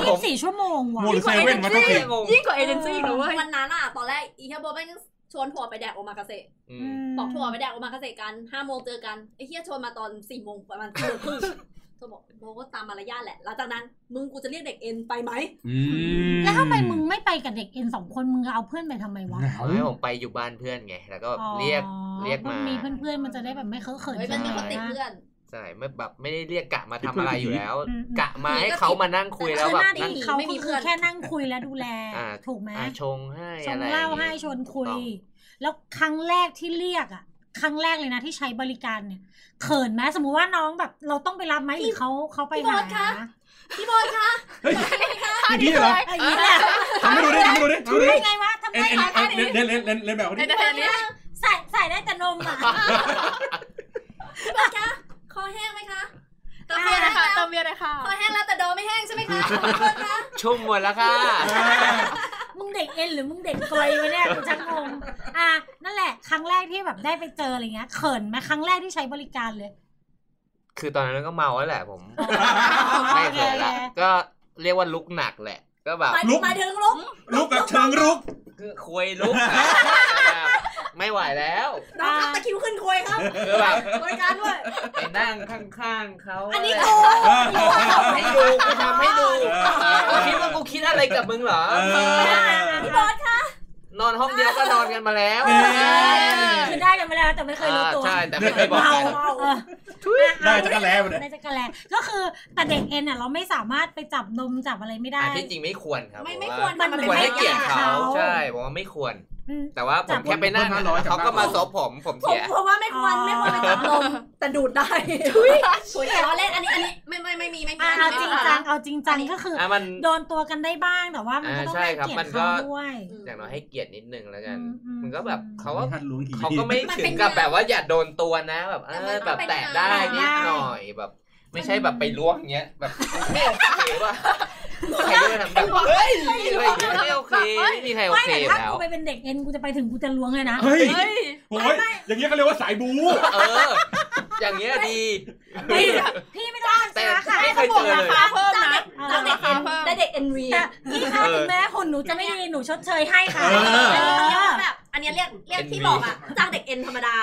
ผ ยี่ ม สิบสี่ชั่วโมง โม ว่ะ หรือเซเว่นมา ก็ ต้องตี ยังงง ยิ่งกว่าเอเจนซี่อีกนะเว้ย วันนั้นอ่ะตอนแรกอีเฮียโบแม่ง ชวนทัวร์ไปแดกโอมากาเสะ อื อื ม ม บอกทัวร์ไปแดกโอมากาเสะกันห้าโมงเจอกันไอ้เฮียชวนมาตอนสี่โมงประมาณสี่โมงครึ่งเธอบอกโบก็ตามมารยาทแหละหลังจากนั้นมึงกูจะเรียกเด็กเอ็นไปไหม อืม แล้วทำไมมึงไม่ไปกับเด็กเอ็นสองคนมึงเอาเพื่อนไปทำไมวะ เอาให้ผมไปอยู่บ้านเพื่อนไง แล้วก็แบบเรียก อ๋อ เรียกมา มีเพื่อนๆมันจะได้แบบไม่เคอะเขิน เฮ้ยมันมีคนติด ใช่ไหม เพื่อน ใช่ไม่แบบไม่ได้เรียกกะมาทำอะไรอยู่แล้ว อืม กะมาให้เขามานั่งคุยแล้ว คือ แบบ หน้าที่ นั่ง เขา ไม่มี ก็ เพื่ คือ อน แค่นั่งคุยและดูแล อ่า ถูกไหม อ่ะชงให้ ชง อะไร เหล้าให้ อย่งงี้ ชวนคุย ถูกต้อง แล้วครั้งแรกที่เรียกอ่ะ ครั้งแรกเลยนะที่ใช้บริการเนี่ย เขินไหมสมมุติว่าน้องแบบเราต้องไปรับไหมหรือเขาเขาไป พี่ หา บอสคะ พี่บอลคะ เฮ้ยอย่างนี้เหรอ อะไรอย่างเงี้ย ทำให้ดูดิทำให้ดูดิทำให้ดู ได้ ดิ ไงวะทำ เอ็น ได้ เอ็น ไง เอ็นเล่นเล่นเล่นเล่นแบบนี้ แต่แทนนี้ ใส่ใส่ได้แต่นมอ่ะ พี่บอลคะคอแห้งไหมคะ เติมเบียร์หนะคะเติมเบียร์หนะคะ คอแห้งแล้วแต่ดอไม่แห้งใช่ไหมคะขอโทษค่ะ ชุ่มหมดแล้วค่ะ มึงเด็กเอ็นหรือมึงเด็กกลอยวะเนี่ยกูชักงงอ่ะนั่นแหละ ครั้งแรกที่แบบได้ไปเจออะไรเงี้ยเขินไหมครั้งแรกที่ใช้บริการเลย คือตอนนั้นก็เมาแล้วแหละผม อ ไม่เขินละ โอเค ก็เรียกว่าลุกหนักแหละ ก็แบบ หมายถึงหมายถึงลุก ลุกแบบเชิงรุก คือคุยลุก อะแบบไม่ไหวแล้ว น้องครับตะคริวขึ้นควยครับ คือแบบ บริการด้วย ไปนั่งข้างๆเขา อันนี้ ะไร กู ทำให้ดูกูทำให้ดู เออ กูคิดว่ากูคิดอะไรกับมึงเหรอ เออ พี่บอสค่ะ นอนห้องเดียวก็นอนกันมาแล้ว เอ คือได้กันมาแล้วแต่ไม่เคยรู้ตัว อ่าใช่แต่ไม่เคยบอก เมา กัน เออ ได้จักรแล้ ได้ วเนี่ย ได้จักรแลก็คือแต่เด็กเอ็นเนี่ยเราไม่สามารถไปจับนมจับอะไรไม่ได้ อ่ะที่จริงไม่ควรครับ ไม่ ผ ไม่ ว่า ควร มันเหมือนไม่ควร ให้ ให้ เกี เกีย ย ร รติ ติ เขา เขาใช่ผมว่าไม่ควร อืม แต่ว่าผ จั ม บ แค่ไปนั่ง บนห้าร้อยจับ เขาก็มาซบผมผม ผม เสีย เพราะว่าไม่ควรไม่ควรไปจับนมแต่ดูดได้ถุยถุยล้อเล่นอันนี้อันนี้ไม่ไม่ไม่มีไม่มี อ่ะ อัน เอา นี้ จริง ไม่มี จังเอาจริงจังก็คืออ อ่ะมัน โดนตัวกันได้บ้างแต่ว่ามันก็ต้อง อ่าใช่ ให้ ครับ เกียร มัน ติ ก็ เขาด้วย อย่างน้อยให้เกียรตินิดนึงแล้วกัน อืมอืม มันก็แบบเขาก็ ทันล้วงที เขาก็ไม่ถึงกับแบบว่าอย่าโดนตัวนะแบบเออแบบแตะได้นิดหน่อยแบบ ไม่ใช่แบบไปล้วงเงี้ยแบบไม่โอเคว่ะใครจะไปทำแบบเฮ้ยอะไรอย่างเงี้ยไม่โอเคไม่มีใครโอ ไม่ เค แต่ อยู่ ถ้า แล้ว กูไปเป็นเด็กเอ็นกูจะไปถึงกูจะล้วงเลยนะ เฮ้ย เฮ้ย โอ้ยอย่างเงี้ยเขาเรียกว่าสายบู เออ อย่างเงี้ยดี พี่พี่ไม่ต้อง แต่ ช้าค่ะ ไม่เคยเจอ รา เลย คาเพิ่มนะ จังเด็กเอ็นได้เด็กเอ็นวี แต่พี่ค่ะถึงแม้หุ่นหนูจะไม่ดีหนูชดเชยให้ค่ะ เออ เออ แบบอันนี้เรียกเรียกที่บอกอะจ้างเด็กเอ็นธรรมดา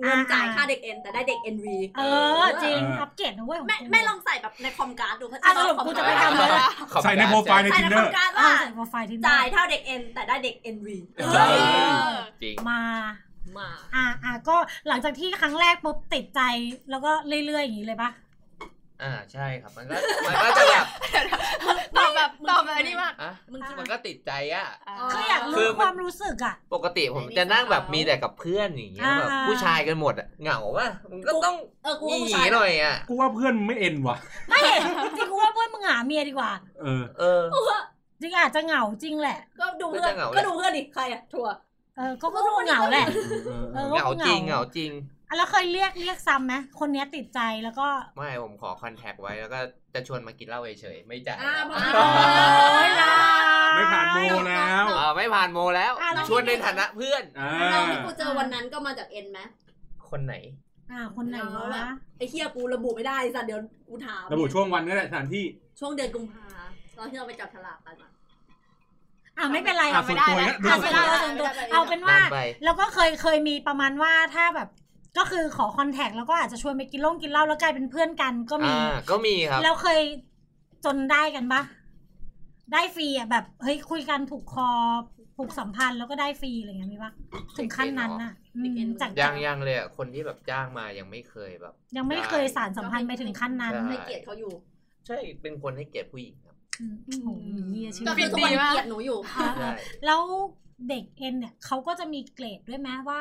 เงินจ่ายค่าเด็กเอ็นแต่ได้เด็กเอ็นวี เออจริงอัปเกรดนะเว้ยของ แม่ กู แม่ลองใส่แบบในคอมการ์ดดู อ่ะสรุปกูจะไปทำเลย ขอบคุณ ใส่ในโปรไฟล์ใน ใส่ ทิน ใน เดอคอม ร์ การ์ด อ่า ว่า ใส่โปรไฟล์ที่ จ่ายเท่าเด็กเอ็นแต่ได้เด็กเอ็นวี ใช่จริง มา มา อ่าอ่าก็หลังจากที่ครั้งแรกปุ๊บติดใจแล้วก็เรื่อยๆอย่างนี้เลยปะ อ่าใช่ครับมันก็มันก็จะ แบบ ตอบแบบตอบแบบอันนี้มาก อ่ะ มึงคิด มันก็ติดใจอ่ะ คืออยาก คื รู้ อมัน ความรู้สึกอ่ะ ปกติผมจะนั่งแบบมีแต่กับเพื่อนอย่างเงี้ย อ่า แบบผู้ชายกันหมดอะเหงาว่ะมันก็ต้อง เออกู ห ก็ นี ผู้ชาย หน่อยอ่ะ กูว่าเพื่อนไม่เอ็นว่ะ ไม่จริงกูว่าเพื่อนมึงหาเมียดีกว่า เออ เออ จริงอาจจะเหงาจริงแหละ ก็ดูเพื่อน ไม่ต้องเหงาเลย ก็ดูเพื่อนดิใครอะถั่ว เออก็ก็คงเหงาแหละ เออ เอ เอ อ อ เหงาจริงเหงาจริง อ่ะแล้วเคยเรียกเรียกซ้ำไหมคนเนี้ยติดใจแล้วก็ ไม่ผมขอคอนแทคไว้แล้วก็จะชวนมากินเหล้าเฉยๆไม่จ่าย อ่า นะ พอ โอ้ยลา ไม่ผ่านโมแล้ว เออไม่ผ่านโมแล้ว อ่าแล้ว ชวนในฐานะเพื่อน อ่า น้องที่กูเจอวันนั้นก็มาจากเอ็นไหม คนไหน อ่าคนไหน เอา วะ ล่ะ ไอ้เฮียกูระบุไม่ได้สัตว์เดี๋ยวกูถาม ระบุช่วงวันก็ได้สถานที่ ช่วงเดือนกุมภาตอนที่เราไปจับฉลากกันอะ อ่าไม่เป็นไร อ่ะส่วนตัวอย่างเงี้ยดู อ่า ส่วน เว ตัว ลาเราส่วนตัวเอาเป็นว่า นานไป แล้วก็เคยเคยมีประมาณว่าถ้าแบบก็คือขอคอนแทคแล้วก็อาจจะชวนไปกินล่งกินเหล้าแล้วกลายเป็นเพื่อนกันก็มี อ่าก็มีครับ แล้วเคยจนได้กันปะได้ฟรีอ่ะแบบ เฮ้ยคุยกันถูกคอผูกสัมพันธ์แล้วก็ได้ฟรีอะไรเงี้ยมีปะถึงขั้นนั้นน่ะอืม เด็กเอ็น จาก ยังยังเลยอ่ะคนที่แบบจ้างมายังไม่เคยแบบ ยังไม่เคยสารสัมพันธ์ไปถึงขั้นนั้น ใช่ ไม่เกลียดเขาอยู่ ใช่เป็นคนให้เกียรติผู้หญิงครับ อืมโอ้โหเหี้ยชื่อ ก็คือทุกวันเกลียดหนูอยู่ อ่ะ ใช่ แล้วเด็กเอ็นเนี่ยเขาก็จะมีเกรดด้วยไหมว่า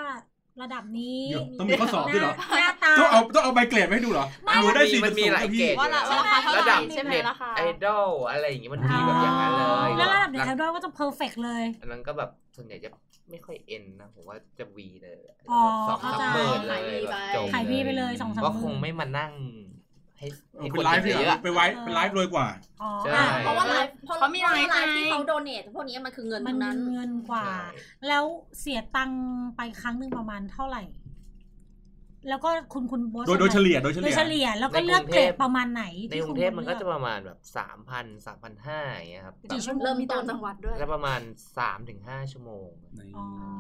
ระดับนี้ เดี๋ยวต้องมีข้อสอบด้วยเหรอ หน้าตา ต้องเอาต้องเอาใบเกรดมาให้ดูเหรอ ไม่ หนูได้สี่ มั จุ น ด มี ศูน หลาย ย์ เกร พี่ ด ว่าละว่าราคาเท่าไหร่ ระดับ ใช่ไหม เน็ต ราคา ไอดอลอะไรอย่างงี้มันมีแบบอย่างนั้นเลย แล้วระดับเด็ก ห แล้ ง วด้วยก็จะเพอร์เฟกเลย อันนั้นก็แบบส่วนใหญ่จะไม่ค่อยเอ็นนะผมว่าจะวีเลย อ๋อ สอง เข้า สาม ใจ หมื่นเลยแบบจบ ขายพี่ไปเลยสองสาม ก็ ห ค มื่ ง น ไม่มานั่ง ให้ เออ ให้ค เป็น น ไลฟ์ เย ดีก อะ ว่า ๆ ไปไว้เป็นไลฟ์รวยกว่า อ๋อ ใช่ อ่ะ เพราะว่าไลฟ์เพราะ เขามี เพราะว่าไล ไลฟ์ ฟ์ ไง ที่เขาโดเนทพวกนี้มันคือเงิน มัน ทั้งนั้น เงินกว่า ใช่ แล้วเสียตังค์ไปครั้งหนึ่งประมาณเท่าไหร่ แล้วก็คุณคุณโบท โดยโดยเฉลี่ยโดยเฉ โดย ลี่ย เฉลี่ยแล้วก็เลือกเกรดประมาณไหน ใน ที่ ก คุ รุ ณ งเทพมันก็ โบ๊ท จะ เลือ ประมาณแบบสามพันสามพันห้าอย่างเงี้ยครับ กี่ชั่วโม เริ่ ง ม มี ต้ ต่าน งจังหวัดด้วย แล้วประมาณสามถึงห้าชั่วโมง อ๋อ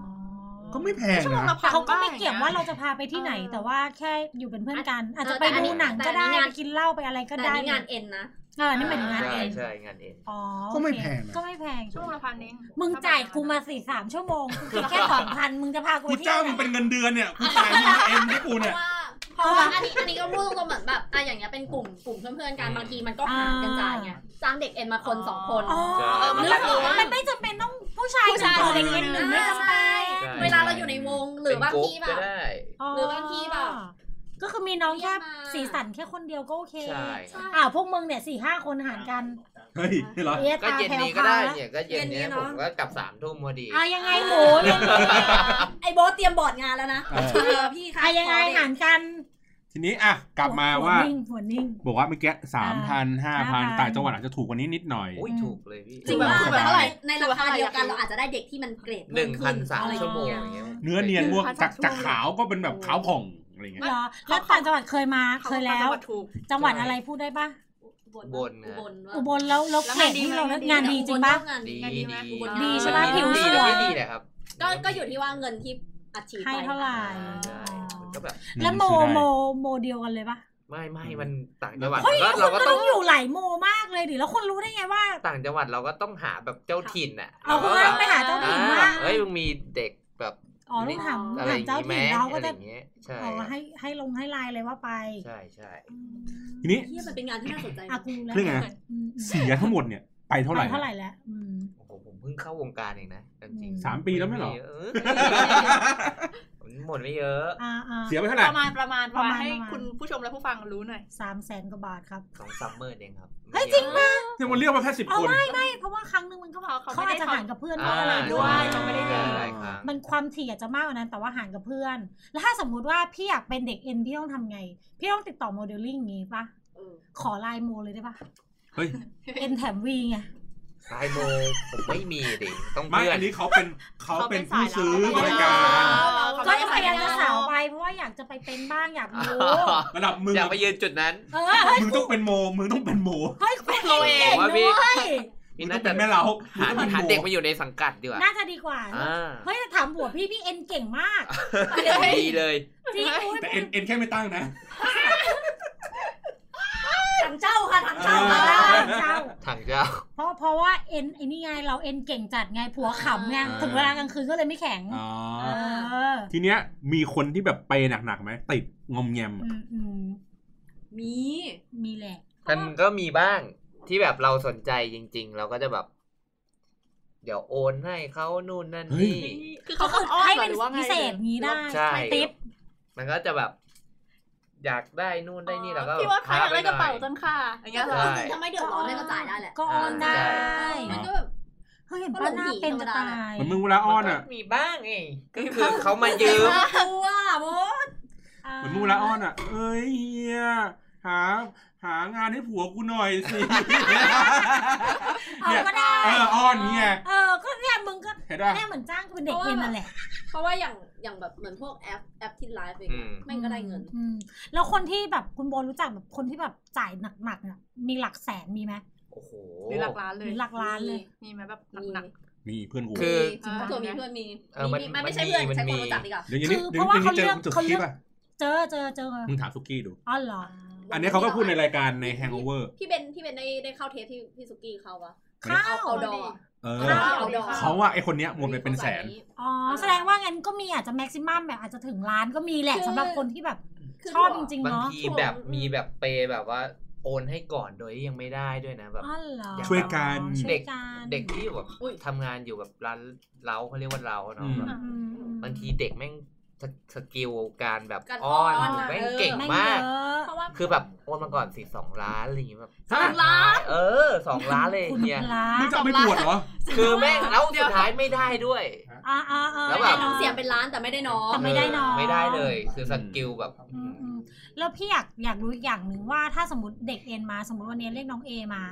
ก็ไม่แพง ชั่วโมง นะ ละพั แต่ น เขาก็ไม่ ด้ เกี่ยงว่าเราจะพาไปที่ไหน เออ แต่ว่าแค่อยู่เป็นเพื่อนกัน อาจจะ เออ ไป แต่อัน ดู นี้ หนังก็ แต่อั ได้ นนี้งาน ไปกินเหล้าไปอะไรก็ แต่ ได้ นี่งานเอ็นนะ เออนี่หมายถึงงาน ใช่ เอง ใช่งานเอง อ๋อ ก็ไม่ โอ แพ เค งนะ ก็ไม่แพง ชั่วโมงละพันเอง มึงจ่ายกูมาสี่สามชั่วโมงกูคิดแค่สองพันมึงจะพากู กู ไปเที่ย จ้าง ว มึง ไหน เป็นเงินเดือนเนี่ยกูจ่ายมึงเอ็มให้กู เพ เนี่ย ราะว่าเพราะว่าอันนี้อันนี้ก็พูดตรงๆเหมือนแบบอ่ะอย่างเงี้ยเป็นกลุ่มกลุ่มเพื่อนๆกันบางทีมันก็หารกันจ่ายไงจ้างเด็กเอ็นมาคนสองคน อ๋อ มัน ห ก็ รือ คือ มันไม่จำเป็นต้องผู้ชาย ผู้ชาย ห คน นึ่ง ห คน นึ่ง หนึ่งไม่จำเป็น เวลาเราอยู่ในวงหรือบางทีแบบ ก็ได้ หรือบางทีแบบ ก็คือมีน้องแค่สีสันแค่คนเดียวก็โอเค ใช่ อ่าพวกมึงเนี่ยสี่ห้าคนหารกัน เฮ้ยนี่เหรอ เอี๊ยะ ก็ ตา เย็น แผ่ว นี้ก็ พา ได้ ว เนี่ยก็เย็นเนี้ยผมก็กลับสามทุ่มพอดี อ่ะยังไงหมูเรื่องนี้ ไอ้โบ๊ทเตรียมบอร์ดงานแล้วนะ เออ เออพี่คะ อ่ะยังขไงอเด็ก หารกัน ทีนี้อ่ะกลับมาว่า หันิ่งหัวนิ่ง บอกว่าเมื่อกี้สามพันห้าพัน 5,000 ต่างจังหวัดอาจจะถูกกว่านี้นิดหน่อย อุ้ยถูกเลยพี่ จริง ะ ป่ะ คือ แบ แบบ บ ว่า ว่า ในราคาเดียวกันเราอาจจะได้เด็กที่มันเกรด หนึ่งพันสาม อะไร ชั่วโมง เงี้ย อย่างเงี้ย เนื้อเนียนม่วงจาก 1,300 จากขาวก็เป็นแบบขาวผ่องอะไรเงี้ย เหรอแล้วต่างจังหวัดเคยมาเคยแล้ว ขาก็ถูก จังหวัดอะไรพูดได้ปะ บน อุ นะ บลว่า อุบลแล้วแล้วเกรดที่เราเลือกงานดีจริงปะ อุบลเลือกงานดีดีดี ดีใช่ ปะ ดี ผิ ดี วสแต่วย ไม่ดีแหละครับ ก็ก็อยู่ที่ว่าเงินที่อัดฉีด ให้เท่าไหร่ ใช่มันก็แบบ แล้วโม ซื้อได้ โมโมเดียวกันเลยปะ ไม่ไม่ อืม มันต่างจังหวัด เฮ้ย ก็ แล้วคุเราณก็ก็ ต้ ต้ อ อง งอยู่หลายโมมากเลยดิแล้วคุณรู้ได้ไงว่า ต่างจังหวัดเราก็ต้องหาแบบเจ้าถิ่นอ่ะ เอาคุณ ก็ ว่า แบบ ไปหาเจ้าถิ่นว่า อ่าเฮ้ยมึงมีเด็กแบบ อ๋อต้องถาม อะไรอ ถาม ย่าง เจ้า งี้ถิ่นเราไหมอะ ก็ ไรอ จะ ย่างเงี้ยใช่ อ๋อให้ให้ลงให้ไลน์เลยว่าไป ใช่ใช่ ทีนี้ เฮียมันเป็นงานที่น่าสนใจ อากูแล้ว เรื่องไง อืม เสียทั้งหมดเนี่ยไปเท่าไหร่ ไปเท่าไหร่แล้วอืม โอ้โหผมเพิ่งเข้าวงการเองนะจริงๆ สามปีแล้วไม่เหรอ เอผมหมดไม่เยอะ อ่าอ่า เสียไปเท่าไหร่ ประมาณประมาณประมาณให้ ประมาณ คุณผู้ชมและผู้ฟังรู้หน่อย สามแสนกว่าบาทครับ สองซัมเมอร์เองครับ เฮ้ยจริงปะ เนี่ยมันเรียกมาแค่สิบ เอา คน ไม่ไม่เพราะว่าครั้งหนึงมันก็ เขาเขา เขา ไม่ อาจ ได้ จะ ทำ ห่างกับเพื่อนเพ อ่า ราะอะไรด้วย ใช่ มันไม่ได้เยอะ หลายครั้ง มันความถี่อาจจะมากกว่านั้น แต่ว่าห่างกับเพื่อน แล้วถ้าสมมุติว่าพี่อยากเป็นเด็กเอ็นพี่ต้องทำไง พี่ต้องติดต่อโมเดลลิ่งงี้ปะ เออ ขอไลน์โมเลยได้ปะ เฮ้ย เอ็นแถมวีไง สายโมผมไม่มีดิต้อง ไม่ เพื่อน อันนี้เขาเป็นเขาเป็นผู้ซื้อ เขา บ เป็รินส กาย ร ลับ ก็ เขาเป็น พ สาย ยายาม ลับ จะสาวไปเพราะว่าอยากจะไปเป็นบ้างอยากรู้ ระดับมึง อย่า อะ ไปยืนจุดนั้น เออเฮ้ย มึงต้องเป็นโมมึงต้องเป็นโม เฮ้ยคุณ โรย เอ็น เอ เก่ ง ง ว่าพี่ ด้วย มึ นี่ งต้อ น่าง จะ เป็นแม่เล้า หา มึงต้อง หา เป็นโม เด็กมาอยู่ในสังกัดดีกว่า น่าจะดีกว่า อ่า เฮ้ยแต่ถามบัวพี่พี่เอ็นเก่งมาก ดีเลย จริงอุ้ย แต่เอ็นเอ็นแค่ไม่ตั้งนะ ถังเจ้าค่ะถัง เจ้า เจ้าค่ะ เจ้า ถังเจ้า เพราะเพราะว่าเอ็นไอ้นี่ไงเราเอ็นเก่งจัดไงผัวขำไง อ่า ถึงเวลากลางคืนก็เลยไม่แข็ง อ๋อ เออ ทีเนี้ยมีคนที่แบบไปหนักๆไหมติดงอมแงม อืมอืม มี มีแหละ มันก็มีบ้างที่แบบเราสนใจจริง ๆ เราก็จะแบบ เดี๋ยวโอนให้เขานู่นนั่นนี่ คือ ก็ เขา คื ก็ อ อ้อน ให้ เหรอ เป็ ห น รือว่าไง พิเศษงี้ได้ ใช่ ติ๊บ มันก็จะแบบ อยากได้นู่นได้นี่เราก็ พี่ว่าเขาอยากได้กระเป๋าจั ง งค่ะอย่างเงี้ยเหรอ ใช่ ถ้าไม่เดือดร้อนไม่ก็จ่ายได้แหละ ก็ออนได้ ใช่ เออมันก็แบบ เฮ้ยเห็นป้าหน้าเป็นจะตาย เหมือนมึงเวลาอ้อนอ่ะ มีบ้างไงก็คือเขามายืม ว่าโว้ย เหมือนมึงเวลาอ้อนอ่ะ เอ้ยเฮียหา หางานให้ผัวกูหน่อยสิ เอาก็ได้ เอออ้อนนี่ไง เออ ก็เนี่ยมึงก็ เห็นป่ะ แม่เหมือนจ้างกูเป็นเด็กเอ็นนั่นแหละ เพราะว่าอย่างอย่างแบบเหมือนพวกแอปแอปที่ไลฟ์เองอะ อืม แม่งก็ได้เงิน อืมแล้วคนที่แบบคุณโบรู้จักแบบคนที่แบบจ่ายหนักๆเนี่ยมีหลักแสนมีไหม โอ้โห หรือหลักล้าน ห เล รื ย อหลักล้านเลย มีไหมแบบ มี หนัก มีเพื่อนกู คือ จริงปะตัวมีเพื่อนมี เออมัน มีมันไม่ใช่ มันมี เพื่อนใช้คนมันมีรู้จักดีกว่า เดี๋ยวนี้ คือ เดี๋ย เพราะว่า นี้ เขา เจอ เลือก จุด เขา ค เลื ลิ อก ปอ่ะ เจอเจอเจอ มึงถามสุกี้ดู อ๋อเหรอ อันนี้เขาก็พูดในรายการใน Hangover พี่เบนพี่เบนได้ได้เข้าเทปที่พี่สุกี้เขาปะ ข้าว เอาดอ เออ ข้าว เอาดอก เขาว่าไอคนเนี้ยหมดไปเป็นแสน อ๋อ แสดงว่างั้นก็มีอาจจะแม็กซิมัมแบบอาจจะถึงล้านก็มีแหละสำหรับคนที่แบบชอบจริงๆ บาง เนาะ ทีแบบมีแบบเปย์แบบว่าโอนให้ก่อนโดยที่ยังไม่ได้ด้วยนะแบบ อ๋อเหรอ ช่วยกัน ช่ว เด็ ย ก กัน เด็กที่อยู่แบบ อุ๊ย ทำงานอยู่แบบร้านเล้าเขาเรียกว่าเล้า อื เนาะ ม แบบ อืมอืม บางทีเด็กแม่งสสกิลการแบบ การอ้ อ้ อ อน น อะ แม่ง เออ เก่ง แม่ง มาก เยอะ เพราะว่า คือแบบโอนมาก่อนสี่สองล้านอะไรอย่างเงี้ยแบบ สองล้าน เออสองล้านเลย คุณ เนี่ย พระ มึงจะเอาไปบวชเหรอ คือแม่งแล้วสุดท้ายไม่ได้ด้วย อ่าอ่าอ่า แล้ว ไม่ แบ ได้ บ น้องเสียเป็นล้านแต่ไม่ได้น้อง แต่ไม่ได้น้อง ไม่ได้เลย คือสกิลแบบ อืมอืม แล้วพี่อยากอยากรู้อีกอย่างหนึ่งว่าถ้าสมมติเด็กเอ็นมา สมมติวันนี้เรียกน้องเอมา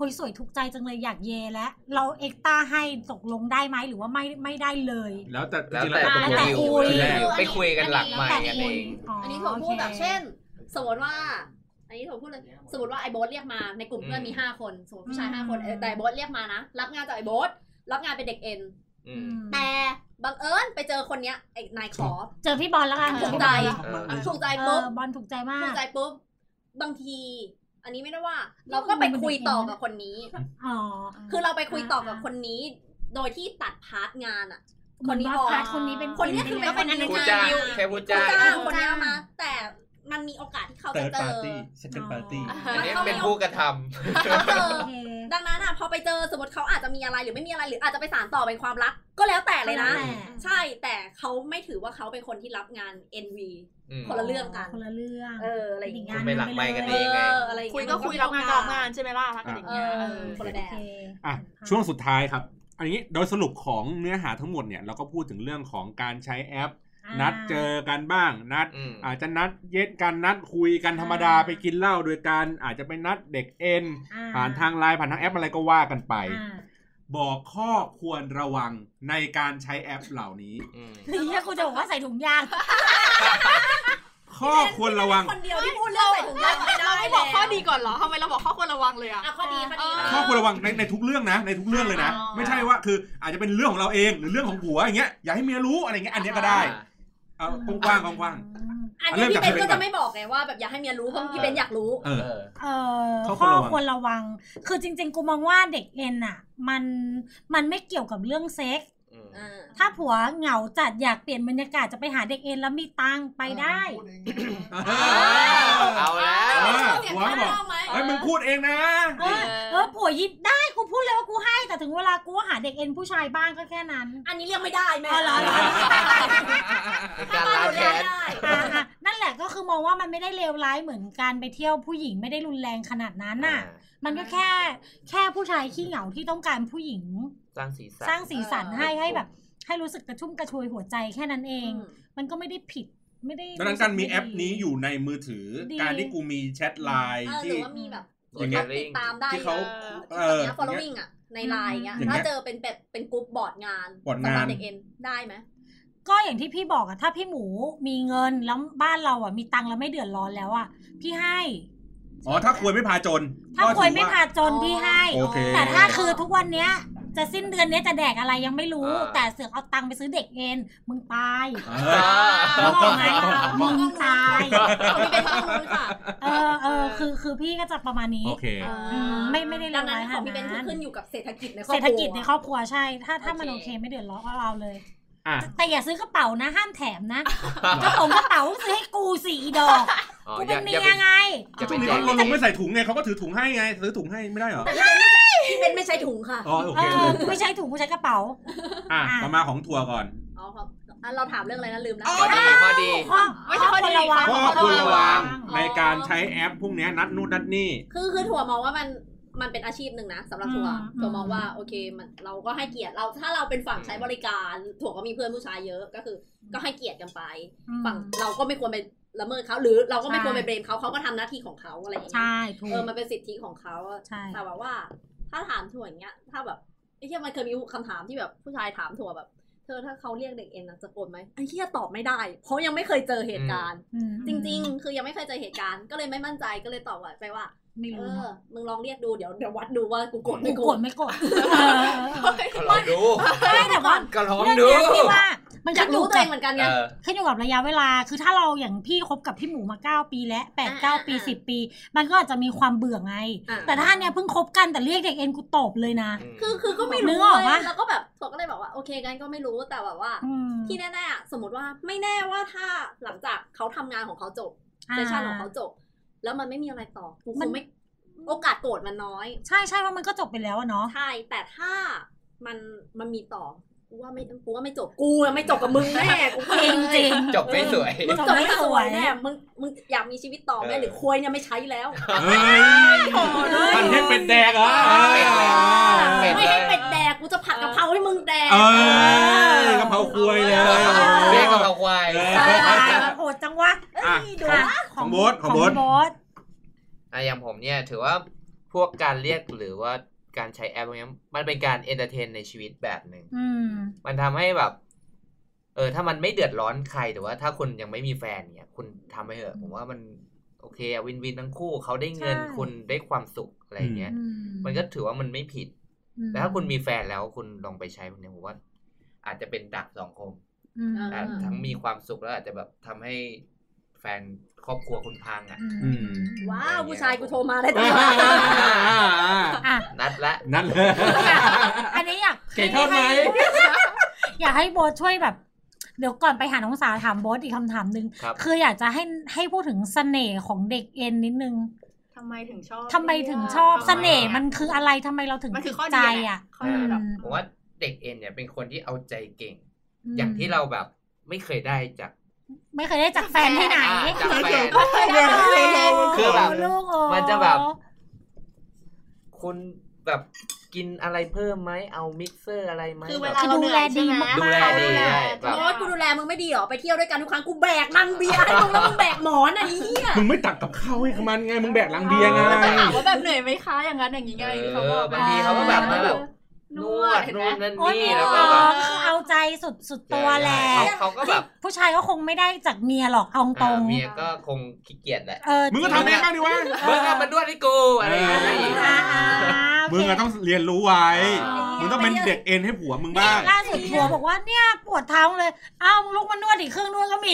คนสวยถูกใจจังเลยอยากเยและเราเอ็กตาให้ตกลงได้ไหมหรือว่าไม่ไม่ได้เลย แล้วแต่จ แล้ว ริงๆ แต่ แล้วแต่ คุ คน ย คุยแรก ไปคุยกันหลังใหม่กันเอง อันนี้ถั่วพูดแบบเช่น สมมติว่า อันนี้ถั่วพูดเลย สมมติว่าไอ้โบ๊ทเรียกมาในกลุ่มเพื่อน อืม มีห้าคน สมมติผู้ชายห้าคนเออแต่ไอ้โบ๊ทเรียกมานะ รับงานจากไอ้โบ๊ทรับงานเป็นเด็กเอ็น อื อื ม ม แต่บังเอิญไปเจอคนเนี้ยไอ้นายขอ เจอพี่บอลแล้วกัน ถูกใจ เออ ถูกใจ เอ ปุ๊ อบ บอลถูกใจมา ถู ก กใจปุ๊บ บางที อันนี้ไม่ได้ว่า เราก็ไปคุยต่อกับคนนี้ อ๋อ คือเราไปคุยต่อกับคนนี้ โดยที่ตัดพาร์ทงานอ่ะ คนนี้ เหมือ ออก ว่าพาร์ทคนนี้เป็น คนนี้คือเป็นคน พูด ง จ้างแค่พูดจ้า ผู้ ง จ้างคนเนี้ยมา แต่มันมีโอกาสที่เขาจะ third เจอ party second party อันนี้เป็นผู้กระทำ เขาเจอ โอเค ดังนั้นอ่ะพอไปเจอสมมติเขาอาจจะมีอะไรหรือไม่มีอะไรหรืออาจจะไปสารต่อเป็นความรัก ก็แล้วแต่เลยนะ ก็แล้วแต่ ใช่แต่เขาไม่ถือว่าเขาเป็นคนที่รับงาน NV อืม คนละเรื่องกัน คนละเรื่อง เอออะไรอย่างเงี้ย คุณไปหลังไมค์กัน เอ เองไง ออะไรอาง คุย เงี้ ก็คุยรับงานก็รับงานใช่ไหมล่ะรักกันอย่าง เอ เงี้ยเอ อ อ คนละแบ โอบ เค อ่ะช่วงสุดท้ายครับ อันนี้โดยสรุปของเนื้อหาทั้งหมดเนี่ยเราก็พูดถึงเรื่องของการใช้แอป นัดเจอกันบ้างนัด อืม อาจจะนัดเย็ดกันนัดคุยกันธรรมดา อ่า ไปกินเหล้าโดยการอาจจะไปนัดเด็กเอ็น อ่ ผ่านทางไลน์ผ่านทางแอปอะไรก็ว่ากันไป อ่า บอกข้อควรระวังในการใช้แอปเหล่านี้ อืม เฮียกูจะบอกว่าใส่ถุงยาง ข้อควรระวัง คนเดียวที่พูดเรื่องใส่ถุงยางไม่ได้ เราไม่บอกข้อดีก่อนเหรอทำไมเราบอกข้อควรระวังเลยอะ อ่ะข้อดีข้อดี เออ ข้อควรระวังในในทุกเรื่องนะในทุกเรื่องเลยนะ อ๋อ ไม่ใช่ว่าคืออาจจะเป็นเรื่องของเราเองหรือเรื่องของผัวอย่างเงี้ยอย่าให้เมียรู้อะไรเงี้ยอันเนี้ยก็ได้เอากว้างๆกว้าง อัน เริ่มนี้จาก พี่เบน พี่เบนก่อน ก็จะไม่บอกไงว่าแบบอยากให้เมียรู้เพราะพี่เบนอยากรู้ ๆเออ เออ เอ่อ ข้อค ข้ วรระอวัง ควรระวัง คือจริง ๆ กูมองว่าเด็กเอ็นอ่ะ มันมันไม่เกี่ยวกับเรื่องเซ็กส์ อืม ถ้าผัวเหงาจัดอยากเปลี่ยนบรรยากาศจะไปหาเด็กเอ็นแล้วมีตังค์ไปได้ พูเองนะ เออ เอาแล้ว เออ เสียงข้างนอกไหม เฮ้ยมึงพูดเองนะ เออเออผัวยิบได้กูพูดเลยว่ากูให้ แต่ถึงเวลากูหาเด็กเอ็นผู้ชายบ้างก็แค่นั้น อันนี้เรียกไม่ได้แม่ อ๋อเหรอเหรอ การล้างแค้น อ่ะอ่ะนั่นแหละก็คือมองว่ามันไม่ได้เลวร้ายเหมือนการไปเที่ยวผู้หญิงไม่ได้รุนแรงขนาดนั้นน่ะ มันก็แค่แค่ผู้ชายขี้เหงาที่ต้องการผู้หญิง สร้างสีสัน สร้างสีสันให้ เออ ให้แบบ ให้รู้สึกกระชุ่มกระชวยหัวใจแค่นั้นเอง มันก็ไม่ได้ผิดไม่ได้ ดังนั้นการมีแอปนี้อยู่ในมือถือ ดี การที่กูมีแชทไลน์ เออห ที่ รือว่ามีแบบอย่อา ย่างง เงี้ เงี้ ย ยติดตามได้ ที่เขา เอ เอ อ อ ที่เขาเนี้ย following อ่ะในไลน์เงี้ย อย่างเงี้ย ถ้าเจอเป็นแบบเป็นกรุ๊ปบอร์ดงาน บอร์ดงาน สำหเด็กเอ็นได้ไหม ก็อย่างที่พี่บอกอะถ้าพี่หมูมีเงินแล้วบ้านเราอะมีตังค์แล้วไม่เดือดร้อนแล้วอะพี่ให้ อ๋อถ้าควรไม่พาจน ถ้า ก็ ค ถือ วยไม่พาจนพี่ให้ โอเค แต่ถ้าคือทุกวันเนี้ย จะสิ้นเดือนเนี้ยจะแดกอะไรยังไม่รู้ อ่า แต่เสือกเอาตังค์ไปซื้อเด็กเอ็นมึงตาย เอ เอ อ อ มองไหมมึงตาย คนที่เป็นข้อมูลค่ะ เออเออคือคือพี่ก็จะประมาณนี้ โอเค มไม่ไม่ได้เล ดั ว งนั้ ร้าย นของ ขนาดนั้น พี่เป็นคือขึ้นอยู่กับเศรษฐกิจในครอบครัว เศรษฐกิจในครอบครัวใช่ ถ้าถ้ามัน โอ โอ เค เคไม่เดือดร้อนก็เอาเลย อ่ะ แต่อย่าซื้อกระเป๋านะห้ามแถมนะ กระเป๋ากระเป๋าซื้อให้กูสี่ดอก อ๋อ กู อ เป็ ย่าน อ เมี ย่าไป ยไง อย่าไป ช่วงนี้ แจ เขา ก ลงไม่ใส่ถุงไงเขาก็ถือถุงให้ไงซื้อถุงให้ไม่ได้เหรอ พี่เป็นไม่ใช่ถุงค่ะ อ๋อโอ เอ เคโอ อ เค ไม่ใช่ถุงกูใช้กระเป๋า อ่ะมามาของทัวร์ก่อน อ๋อครับอ่ะเราถามเรื่องอะไรนะลืมนะ พอดีพอดี ไม่ใช่ข้อดี ข้อ ข้อ ค คว ว ร ร ระ ระวั วัง ง ในการใช้แอปพวกเนี้ยนัดนู่นนัดนี่ คือคือถั่วมองว่ามันมันเป็นอาชีพหนึ่งนะสำหรับถั่ว อืม ถั่ว อืม มองว่าโอเคมันเราก็ให้เกียรติเราถ้าเราเป็นฝั่งใช้บริการ ถั่วก็มีเพื่อนผู้ชายเยอะก็คือ ก็ให้เกียรติกันไป ฝั่งเราก็ไม่ควรไปละเมิดเขาหรือเราก็ไม่ควรไปเบรมเขาเขาก็ทำหน้าที่ของเขาอะไรอย่างเงี้ย ใช่ถูก เออมันเป็นสิทธิของเขา ใช่ แต่แบบว่า ถ้าถามถั่วอย่างเงี้ย ถ้าแบบไอ้เหี้ยมันเคยมีคำถามที่แบบผู้ชายถามถั่วแบบ เธอถ้าเขาเรียกเด็กเอ็นนะจะโกรธไหมไอ้เหี้ยตอบไม่ได้ เพราะยังไม่เคยเจอเหตุการณ์ อืม จริง ๆ คือยังไม่เคยเจอเหตุการณ์ก็เลยไม่มั่นใจก็เลยตอบไปว่า ไม่ เอ รู้ อ มึงลองเรียกดู เดี๋ยวเดี๋ยววัดดูว่ากูโกรธ กู ไม่โก ก ร ด ธ ไม่กด ก็ลองดู ใช่แต่ว่า ก็ลอง เรื่อง ดู เนี้ยพี่ว่า มัน อยากขึ้นอ รู้ ยู่ ตัว กั เอบ งเหมือนกันไง เออ ขึ้นอยู่กับระยะเวลา คือถ้าเราอย่างพี่คบกับพี่หมูมาเก้าปีแล้วแปดเก้า อ่า ปี อ่า สิบปี มันก็อาจจะมีความเบื่อไง อ่ะ แต่ถ้าเนี่ยเพิ่งคบกันแต่เรียกเด็กเอ็นกูตบเลยนะ คือคือก็ไม่ นึ รู้ กออก เล ปะ ยแล้วก็แบบผมก็เลยบอกว่าโอเคงั้นก็ไม่รู้แต่แบบว่า อืม ที่แน่ๆอะสมมติว่าไม่แน่ว่าถ้าหลังจากเขาทำงานของเขาจบเซสชั่นของเขาจบ แล้วมันไม่มีอะไรต่อกูคงไม่โอกาสโกรธมันน้อย ใช่ใช่ว่ามันก็จบไปแล้วอะเนาะ ใช่ แต่ถ้ามันมันมีต่อกูว่าไม่กูว่าไม่จบกูอะไม่จบกับมึงแน่ กู จริงจริง จบไม่สวย มึงจบไม่สวย จบไม่สวย แน่มึงมึงอยากมีชีวิตต่อไหม เออ หรือควยเนี่ยไม่ใช้แล้ว เฮ้ยพันเทพเป็นแดกเหรอ เป็ดแดก เอ ไม่ อ ให้เป็ดแดก กูจะผัดกะเพราให้มึงแดก เออกะเพราควยเลย เออ เรียกกับเราควาย ๆโหดจังวะ อ่ะ เอ้ยดู ของ นะ ของโบ๊ทของโบ๊ท โบ๊ท อ่ะอย่างผมเนี่ยถือว่าพวกการเรียกหรือว่าการใช้แอปพวกเนี้ยมันเป็นการเอนเตอร์เทนในชีวิตแบบหนึ่ง อืม มันทำให้แบบ เออ ถ้ามันไม่เดือดร้อนใครแต่ว่า ถ้าคุณยังไม่มีแฟนเนี่ยคุณทำไปเถอะ ผมว่ามันโอเคอะวินวินทั้งคู่เขาได้เงิน ใช่ คุณได้ความสุขอะไรอย่างเงี้ย อื มันก็ถือว่ามันไม่ผิด อืม แต่ถ้าคุณมีแฟนแล้วคุณลองไปใช้พวกเนี้ยผมว่า อาจจะเป็นดักสองคม อืม อ่ะทั้งมีความสุขแล้วอาจจะแบบทำให้แฟนครอบครัวคุณพังอ่ะ อืม ว้าวผู้ชายกูโทรมาได้ตลอด อ่ะ นัดละ นั่นเลย อันนี้อยาก เก๋ทอดไหม อยากให้โบทช่วยแบบ เดี๋ยวก่อนไปหาน้องสาวถามโบทอีกคำถามหนึ่ง ครับ คืออยากจะให้ให้พูดถึงเสน่ห์ของเด็กเอ็นนิดนึง ทำไมถึงชอบ ทำไมถึงชอบ ทำไ เสน่ห์มันคืออะไรทำไมเราถึง มัน ติดคือข้อ ใจ ดีแหละ อ่ะ ข้อดีแบบ ผมว่าเด็กเอ็นเนี่ยเป็นคนที่เอาใจเก่ง อย่างที่เราแบบไม่เคยได้จาก ไม่เคยได้จากแฟนที่ไหน อ่าจากแฟน คือแบบลูกโอ้ มันจะแบบ คุณแบบกินอะไรเพิ่มไหมเอามิกเซอร์อะไรไหม คือเวลาเราเหนื่อยใช่ไหม ดูแลดี เร ใช่ เหนื่อย แบบ โอ๊ยกูดูแลมึงไม่ดีเหรอไปเที่ยวด้วยกันทุกครั้งกูแบกนังเบียร์ให้มึงแล้วมึงแบกหมอนอันนี้เหี้ย มึงไม่ตักกับข้าวให้มันไงมึงแบกลังเบียร์ไง มันจะถามว่าแบบเหนื่อยไหมคะอย่างนั้นอย่างนี้ไงที่เขาบอก บางทีเขาก็แบบมาแบบน น ว ว ด ดเห็นไห นู่ ม นนั่น โอ้ย นี่ นี่ แล้ว เหร ก็ อ แบบ คือเอาใจสุดสุดตัวแหละ เขาเขาก็แบบ ผู้ชายก็คงไม่ได้จากเมียหรอกเอาตรง อ่าเมียก็คงขี้เกียจแหละ เออ มึงก็ทำเองบ้างดิวะ มึงอะมานวดให้กูอะไรอย่าง เออ เงี้ย อ่าอ่าโเค มึงอะต้องเรียนรู้ไว้ อ๋อ มึงต้องเป็นเด็กเอ็นให้ผัวมึงบ้าง ล่าสุดผัวบอกว่าเนี่ยปวดเท้าเลย เอ้ามึงลุกมานวดอีกครึ่งนวดก็ มี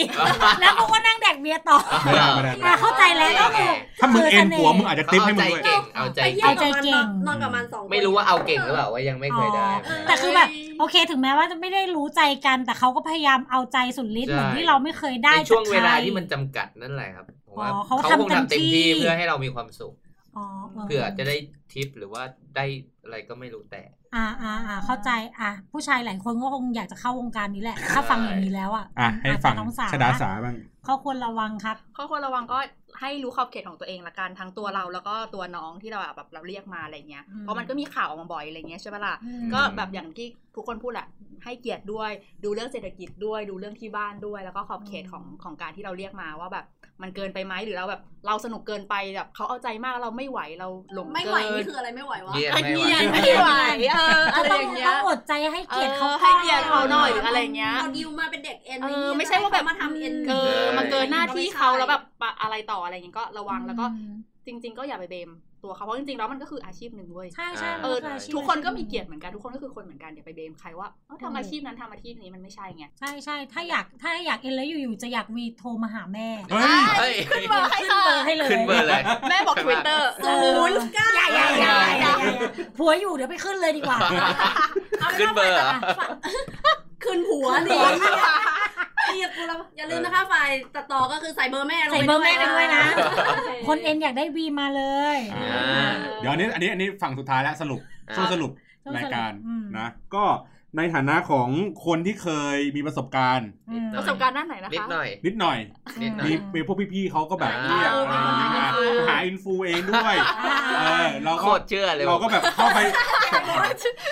แล้วกูก็นั่งแดกเบียร์ต่อ ไม่ได้ไม่ได้ไม่ได้ อ่ะเข้าใจแล้วก็คือ ถ้ามึงเอ็นผัวมึงอาจจะติ๊บ เขา ให้ เอา มึงด้วยใจเก่งเอาใจ ไปเที่ยวกับมันนเก่งอนนอนกับมันสองคน ไม่รู้ว่าเอาเก่งหรือเปล่าว่ายังไม่เคยได้ อ๋ แต่คือแบบโอเคถึงแม้ว่าจะไม่ได้รู้ใจกัน แต่เขาก็พยายามเอาใจสุดฤทธิ์ ใช่ เหมือนที่เราไม่เคยได้ ในช่วงเวจกลาใคร ที่มันจำกัดนั่นแหละครับผมว่า อ๋อเขา เขา ทำ คงทำ เต็ เต็ ม ม ที่ ที่เพื่อให้เรามีความสุข อ๋อ เผื่อจะได้ทิปหรือว่าได้อะไรก็ไม่รู้แต่ อ่าอ่าอ่าเข้าใจอ่ะผู้ชายหลายคนก็คงอยากจะเข้าวงการนี้แหละ ถ้า ใช่ ฟังอย่างนี้แล้วอ่ะ อ่ะให้ฟัง อาจจะน้องสา ชดาสาบ้าง เขาควรระวังครับ ข้อควรระวังก็ให้รู้ขอบเขตของตัวเองละกันทั้งตัวเราแล้วก็ตัวน้องที่เราแบบเราเรียกมาอะไรเงี้ย อืม เพราะมันก็มีข่าวออกมาบ่อยอะไรเงี้ยใช่ปะล่ะ อืม ก็แบบอย่างที่ทุกคนพูดแหละให้เกียรติด้วย ดูเรื่องเศรษฐกิจด้วยดูเรื่องที่บ้านด้วย แล้วก็ขอบเขตของของการที่เราเรียกมาว่าแบบมันเกินไปไหมหรือเราแบบเราสนุกเกินไปแบบเขาเอาใจมากเราไม่ไหวเราหลงเกิน ไม่ไหวนี่คืออะไรไม่ไหววะ เรียน เออ ไม่ไหว เงียนไม่ไหวเออ ก็ อะไร ต้อ อง ย่างเงี้ ต้ ย องอดใจให้เกียรติเขา เออให้เกียรติเขาหน่อย ะไรางเงี้ย เราดิวมาเป็นเด็กเอ็น เออ นี่ ไม่ใช่ว่าแบบ มาทำเอ็น เออมันเกินหน้าที่เขาแล้วแบบอะไรต่ออะไรอย่างเงี้ยก็ระวังแล้วก็ อืม จริง ๆ ก็อย่าไปเบมตัวเขาเพราะจริงๆแล้วมันก็คืออาชีพหนึ่งเว้ย ใช่ใช่ เออ มัอาชีพ ทุกคนก็มีเกียรติเหมือนกันทุกคนก็คือคนเหมือนกันอย่าไปเบมใครว่าเอ้าทำอาชีพนั้นทำอาชีพนี้มันไม่ใช่ไง ใช่ใช่ถ้าอยากถ้าอยากเอ็นแล้วอยู่ๆจะอยากวีโทรมาหาแม่ เฮ้ย เฮ้ย ขึ้นเบอร์ให้ ขึ้น ค่ะ เบอร์ให้เลย ขึ้นเบอร์เลย แม่บอกทวิตเตอร์ เอออย่าอย่าอย่าอย่าอย่าผัวอยู่เดี๋ยวไปขึ้นเลยดีก ว่า ขึ้นเบอร์เหรอ คืนหัวนี่เรียกกูแล้วอย่าลืมนะคะฝ่ายตัดต่อก็คือใส่เบอร์แม่ลง ใส่ ไป เบอร์แม่ไปด้วยนะ ค คน น เอ็ เอ็น นอยากได้วีมาเลย อ่ อ่า เดี๋ยวอันนี้อันนี้อันนี้ฝั่งสุดท้ายแล้วสรุปช่วงสรุปรายการ อืม นะ ก็ในฐานะของคนที่เคยมีประสบการณ์ อืม ประสบการณ์ด้านไหนนะ นิด คะ หน่อย นิดหน่อย นิดหน่อย มีมีพวกพี่ๆเขาก็แบบ อ่า เรียก เออ อะไรอย่างเงี้ย มี มา อินฟู หาอินฟูเองด้วย อ่า เออเรา โค ก็ ตรเชื่อเลย เราก็แบบเข้าไป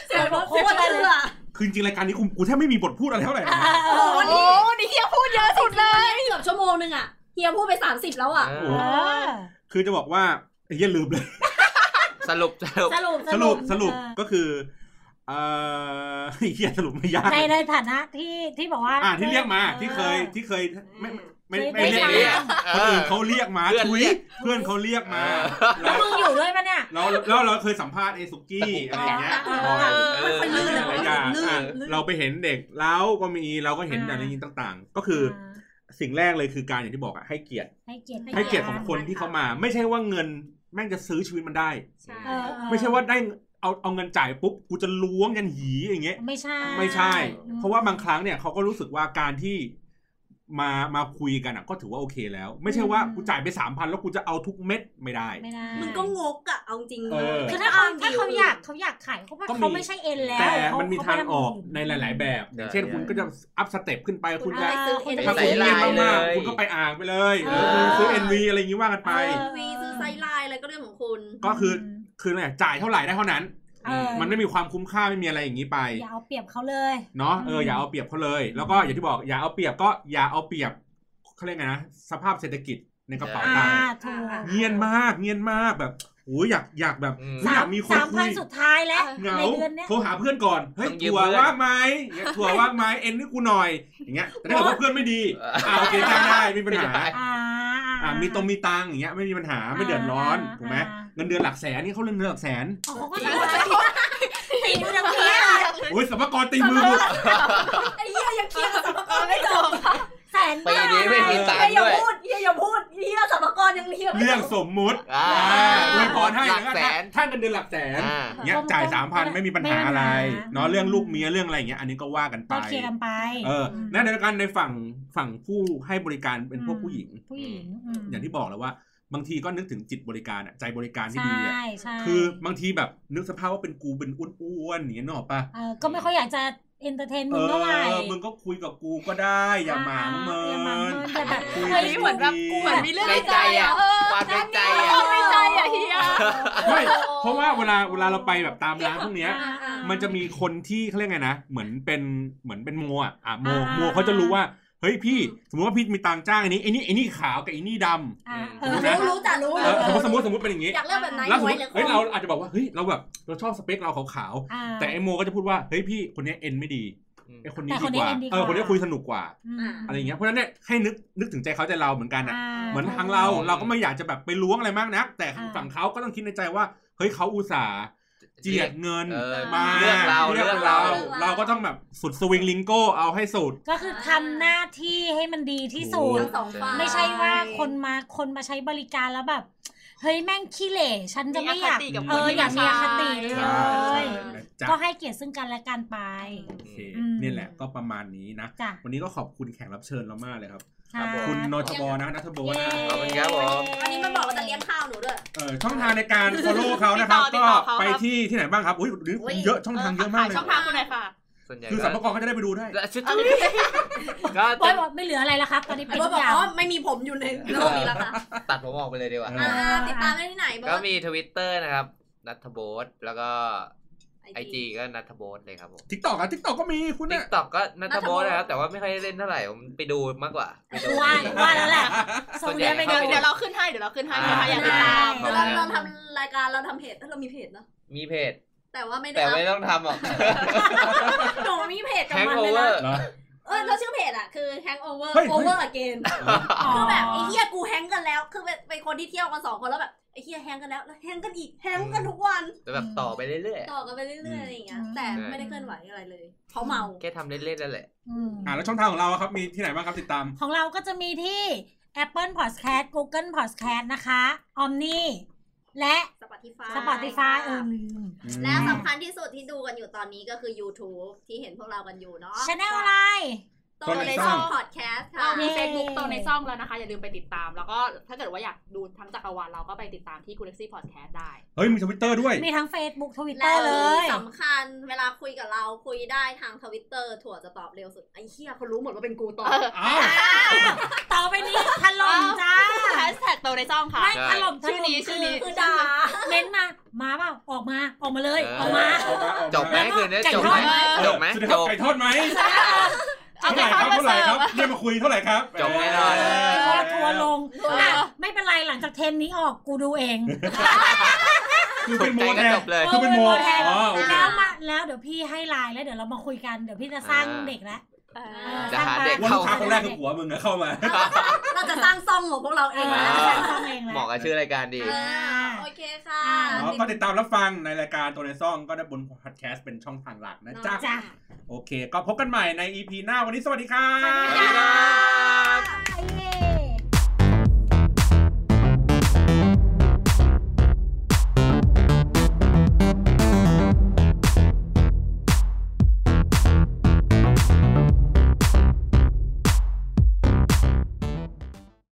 เสียงรถโคตรเลยอะ คือจริงๆรายการนี้กูกูแทบไม่มีบทพูดอะไรเท่าไหร่เลยนะ เออ โอ้โหนี่เฮียพูดเยอะสุดเลย เกือบชั่วโมงนึงอ่ะเฮียพูดไป 30 แล้วอ่ะ อ่า โอ้ เออ คือจะบอกว่าไอ้เหี้ยลืมเลย สรุปสรุป สรุป สรุปสรุปก็คือเออไอ้เหี้ยสรุปไม่ยาก ในในฐานะที่ที่บอกว่า อ่าที่เรียกมาที่เคย ออ ที่เคยไม่ไม่ เคย ไม่เรียก ไม่ เรี ย ยกคกนอื่นเขาเรียกมา เพื่อน ทุย เรียก เพื่อนเขาเรียกมา แล้วมึงอยู่ด้วยปะเนี่ย เราเราเราเคยสัมภาษณ์ไอ้สุกี้อะไรอย่างเงี้ย อ๋อ บ่อย เออ มันลื่นเลย หลาย มัน อย่าง ลื่ อ่ะ นลื่น เราไปเห็นเด็กเล้าก็มีเราก็เห็นอะไรอย่างนี้ต่างๆ ก็คือสิ่งแรกเลยคือการอย่างที่บอกอะให้เกียรติ ให้เกียรติ ให้เกียรติของคนที่เขามา ไม่ใช่ว่าเงินแม่งจะซื้อชีวิตมันได้ เออเออ ไม่ใช่ว่าได้เอาเอาเงินจ่ายปุ๊บกูจะล้วงกันหีอย่างเงี้ย ไม่ใช่ ไม่ใช่ อืม เพราะว่าบางครั้งเนี่ยเขาก็รู้สึกว่าการที่มามาคุยกันอะก็ถือว่าโอเคแล้ว ไม่ใช่ว่า อืม กูจ่ายไปสามพันแล้วกูจะเอาทุกเม็ดไม่ได้ ไม่ได้ มึงก็งกอ่ะเอาจริง เออ คือถ้าเขาถ้าเขาอยากเขาอยากขายเขา ก็มี เขาไม่ใช่เอ็นแล้ว แต่ เข มันมี เข ทางออก ไม่ ใน ได้ หลาย ๆ แบบอย่างเช่น ได้ คุณก็จะอัพสเต็ปขึ้นไปคุณจะ ได้ ซื้อเอ็น ถ้าคุณ วี เรียนมาก เลย ๆคุณก็ไปอ่างไปเลยหรือคุณซื้อ NV อะไรอย่างนี้ว่ากันไป เออ ซื้อไซไลน์อะไรก็เรื่องของคุณ ก็คือ คืออะไรจ่ายเท่าไหร่ได้เท่านั้น เออ มันไม่มีความคุ้มค่าไม่มีอะไรอย่างนี้ไป อย่าเอาเปรียบเขาเลย เนาะเออ ม อย่าเอาเปรียบเขาเลย แล้วก็อย่างที่บอกอย่าเอาเปรียบก็อย่าเอาเปรียบเขาเรียกไงนะสภาพเศรษฐกิจ ในกระเป๋า อ่ ตังค์ อ่าถูก เงียนมากเงียนมากแบบโอ้ยอยากอยากแบบ อืม อุ๊ยอยากมีคน สาม คุ พัน ย สุดท้ายแล้ว เหงา ในเดือนเนี้ย โทรหาเพื่อนก่อนเฮ้ย ต้องยืม ถั่ว เพื่อน ว่างไหมอย่างเงี้ยถั่วว่างไหมเอ็นให้กูหน่อยอย่างเงี้ยแต่ถ้าเกิดว่าเพื่อนไม่ดีอ่าโอเคจ้างได้ไม่มีปัญหา อ่า อ่ามีตรงมีตังค์อย่างเงี้ยไม่มีปัญหาไม่เดือดร้อนถูกไหมเงินเดือนหลักแสนนี่เขาเรียนเดือนหลักแสน อ๋อเขาก็จะตีดูดังเนี้ย โอ้ยสมกรตีมือกู ไอ้เหี้ยยังเคลียร์กับสมกรไม่จบ แสน ปีนี้ไม่มีตัง เหี้ยอค์ย่า ด้วย พูดเหี้ยอย่าพูดเหี้ยสมกรยังเคลียร์ไม่ เรื่ จ อง บ สมมุติ อ่า อ่าอวยพรให้ หลัก แล้ว แส ก็ น ท่านเงินเดือนหลักแสน อ่า เงี้ยจ่ายสามพันไม่มีปัญหาอะไรเนาะเรื่องลูกเมียเรื่องอะไรอย่างเงี้ยอันนี้ก็ว่ากันไป ก็เคลียร์กันไป เออในเดียวกันในฝั่งฝั่งผู้ให้บริการเป็นพวก อืม ผู้หญิง ผู้หญิงม อย่างที่บอกแล้วว่า บางทีก็นึกถึงจิตบริการอะใจบริการที่ดีอะ ใช่ใช่ คือบางทีแบบนึกสภาพว่าเป็นกูเป็นอ้วนๆอย่างเงี้ยนึกออกปะ เออก็ไม่ค่อยอยากจะเอนเตอร์เทนมึงเท่าไหร่ ออมึงก็คุยกับกูก็ได้ อย่าหมางเมิ อย่าหมางเมิ น นแต่แบบ คุย เฮ้ยเหมือนแบบ ดี กูเหมือนมีเรื่อง ในใจอ่ะ เออ ความในใจ เอ อ่ะ อในใจอ่ะเฮีย ไม่เพราะว่าเวลาเวลาเราไปแบบตามร้านพวกเนี้ย อ่าอ่า มันจะมีคนที่เขาเรียกไงนะเหมือนเป็นเหมือนเป็นโมอ่ะอ่ะโม อ่า โมเขาจะรู้ว่าเฮ้ยพี่สมมติว่าพี่มีตังค์จ้างอันนี้ไอ้นี่ไอ้นี่ขาวกับไอ้นี่ด อ่าเออ รู้รู้รู้รู้ จักรู้ ำเออสมมติสมมติสมมติเป็นอย่างนี้ อยากเลือกแบบไหน แล้วส ห ม ว ม ย ติ หรือค เฮ้ย น เราอาจจะบอกว่าเฮ้ยเราแบบเราชอบสเปคเราขาว อ่า ๆแต่ไอ้โมก็จะพูดว่าเฮ้ยพี่คนเนี้ยเอ็นไม่ดี ไอ้คนนี้ แต่ ดี คน ก นี้ ว่า เอ็นดี เออกคว่านนี้คุยสนุกกว่า อืม อะไรอย่างเงี้ยเพราะฉะนั้นเนี่ยให้นึกนึกถึงใจเขาใจเราเหมือนกันอ่ะ า เหมือนทางเราเราก็ไม่อยากจะแบบไปล้วงอะไรมากนัก แต่ อ่า ฝั่งเขาก็ต้องคิดในใจว่า เฮ้ยเขาอุตส่าห์เจียดเงิน เออ มา เลือกเรา เลือก เลือก เรา เรา เราก็ต้องแบบสุดสวิงลิงโก้เอาให้สุด ก็คือทำหน้าที่ให้มันดีที่สุด ทั้งสองฝ่าย ไม่ใช่ว่าคนมาคนมาใช้บริการแล้วแบบ เฮ้ยแม่งขี้เหร่ฉันจะไม่อยาก มีอคติกับคน เออ ที่ อยากมี มา อ ใช้ คติเล ใช่ใช่ ย นะจ๊ะ ก็ให้เกียรติซึ่งกันและกันไป โอเค อืม นี่แหละก็ประมาณนี้นะ จ้ะ วันนี้ก็ขอบคุณแขกรับเชิญเรามากเลยครับ ะ คุณนชบนะนัทบ เย้ นะ ขอบคุณครับผม อันนี้มันบอกว่าจะเลี้ยงข้าวหนูด้วย เออช่องทางในการ follow เขานะครับ ติด ก็ ต่อเขาครับ ไปที่ที่ไหนบ้างครับอุ้ยเยอะช่องทางเยอะมากเลย ช่องทางคุณไหนอยค่ะ ส่วนใหญ่ คือสัมภากรก็จะได้ไปดูได้ ก็ชุดก็ บอยบอกไม่เหลืออะไรแล้วครับ ตอนนี้ ไอ้ ปิด บอสบทุกอ อก ย่าง อ๋อไม่มีผมอยู่ในโลกนี้แล้วค่ะ ตัดผมออกไปเลยดีกว่า เอ อ่าติดตามได้ที่ไหนบอ ก็ ส มีทวิตเตอร์นะครับ นัทโบสแล้วก็ไอจีก็นัทโบสเลยครับผม ทิกตอกอะทิกตอกก็มีคุณ ทิ น่ะ กตอกก็นัทโบสนะครับ แต่ว่าไม่ค่อยได้เล่นเท่าไหร่ผมไปดูมากกว่าไปดู ว่าว่าแล้วแหละ ส่ ส่ ว ง นใหญ่ เนี้ยไป เดี๋ ดู ยวเดี๋ยวเราขึ้นให้เดี๋ยวเราขึ้นให้นะคะอยากติดตาม ได้ เดี๋ยวเราเราทำรายการเราทำเพจเรามีเพจเนาะ มีเพจ แต่ว่าไม่ได้ แต่ อั ไม่ พ ต้องทำหรอก หนูมีเพจกับมันเลยนะ hangover เออแล้วชื่อเพจอ่ะคือ hangover เฮ้ยเฮ้ย over again อ๋อ คือแบบไอ้เฮียกูแฮงกันแล้ว คือเป็นเป็นคนที่เที่ยวกันสองคนแล้วแบบไอ้เฮียแฮงกันแล้วแล้วแฮงกันอีกแฮงกันทุกวัน แล้วแบบต่อไปเรื่อย ต่อกันไปเรื่อยๆอะไรอย่างเงี้ย อืม แต่ไม่ได้เคลื่อนไหวอะไรเลยเพราะเมา ๆ แค่ทำเล่นๆนั่นแหละ อืม อ่าแล้วช่องทางของเราอะครับ มีที่ไหนบ้างครับติดตาม ของเราก็จะมีที่ Apple Podcast Google Podcast นะคะ Omni และ สปอติฟาย Spotify เออลืม และสำคัญที่สุดที่ดูกันอยู่ตอนนี้ก็คือ YouTube ที่เห็นพวกเรากันอยู่เนาะ Channel อะไร โตในซ่องพอดแคสต์ค่ะ เรามี เย้ Facebook โตในซ่องแล้วนะคะ อย่าลืมไปติดตาม แล้วก็ถ้าเกิดว่าอยากดูทั้งจักรวาลเราก็ไปติดตามที่ Galaxy Podcast ได้ เฮ้ย มีทวิตเตอร์ด้วย มีทั้ง Facebook Twitter และ เล ที่ ย สำคัญเวลาคุยกับเราคุยได้ทางทวิตเตอร์ถั่วจะตอบเร็วสุด ไอ้เฮียเขารู้หมดว่าเป็นกูตอบ อ้าว ต่อไปนี้ถล่มจ้า แฮชแท็กโตในซ่องค่ะ ไม่ถล่มถ ชื่อ ล่ม นี้ชื่อนี้ คือด่า เม้นต์มา มาเปล่าออกมา ออกมาเลย อ เออ อกมา จบไหมคืนนี้ ไก่ จบ ท ไห อ ม ด จบไหม สุด จ ท้าย บ ไก่ทอดไหม เอา เท่า ไป ไหร่ค เข้า รับ มา เท่าไหร่เสิครัร์ฟบเรียกมาคุยเท่าไหร่ครับ จบแน่นอน เ เออทัวร์ลง เอออ่ ่ะไม่เป็นไรหลังจากเทนนี้ออกกูดูเอง คือเป็นโม สนใจก็ แทน จบเลย คือเป็นโม ออแทน อ๋อโอเค แล้วมาแล้วเดี๋ยวพี่ให้ไลน์แล้วเดี๋ยวเรามาคุยกัน เดี๋ยวพี่จะสร้างเด็กแล้ว เอ เออ อ จะหาเด็ก ว่าลูกค้าคนแรกคือผัวมึงนะเข้ามา เราจะสร้างซ่องของพวกเราเอ เอง ง แล้ นะ วสร้างเอง เห แล้ มาะ ว กับชื่อรายการดี เออโอเคค่ะ อ่า อ๋อก็ติดตามรับฟังในรายการตัวในซ่องก็ได้บนพอดแคสต์เป็นช่องทางหลักนะจ๊ะ จ้ะ โอเค ก็พบกันใหม่ใน EP หน้าวันนี้สวัสดีครับ สวัสดีครับ เย้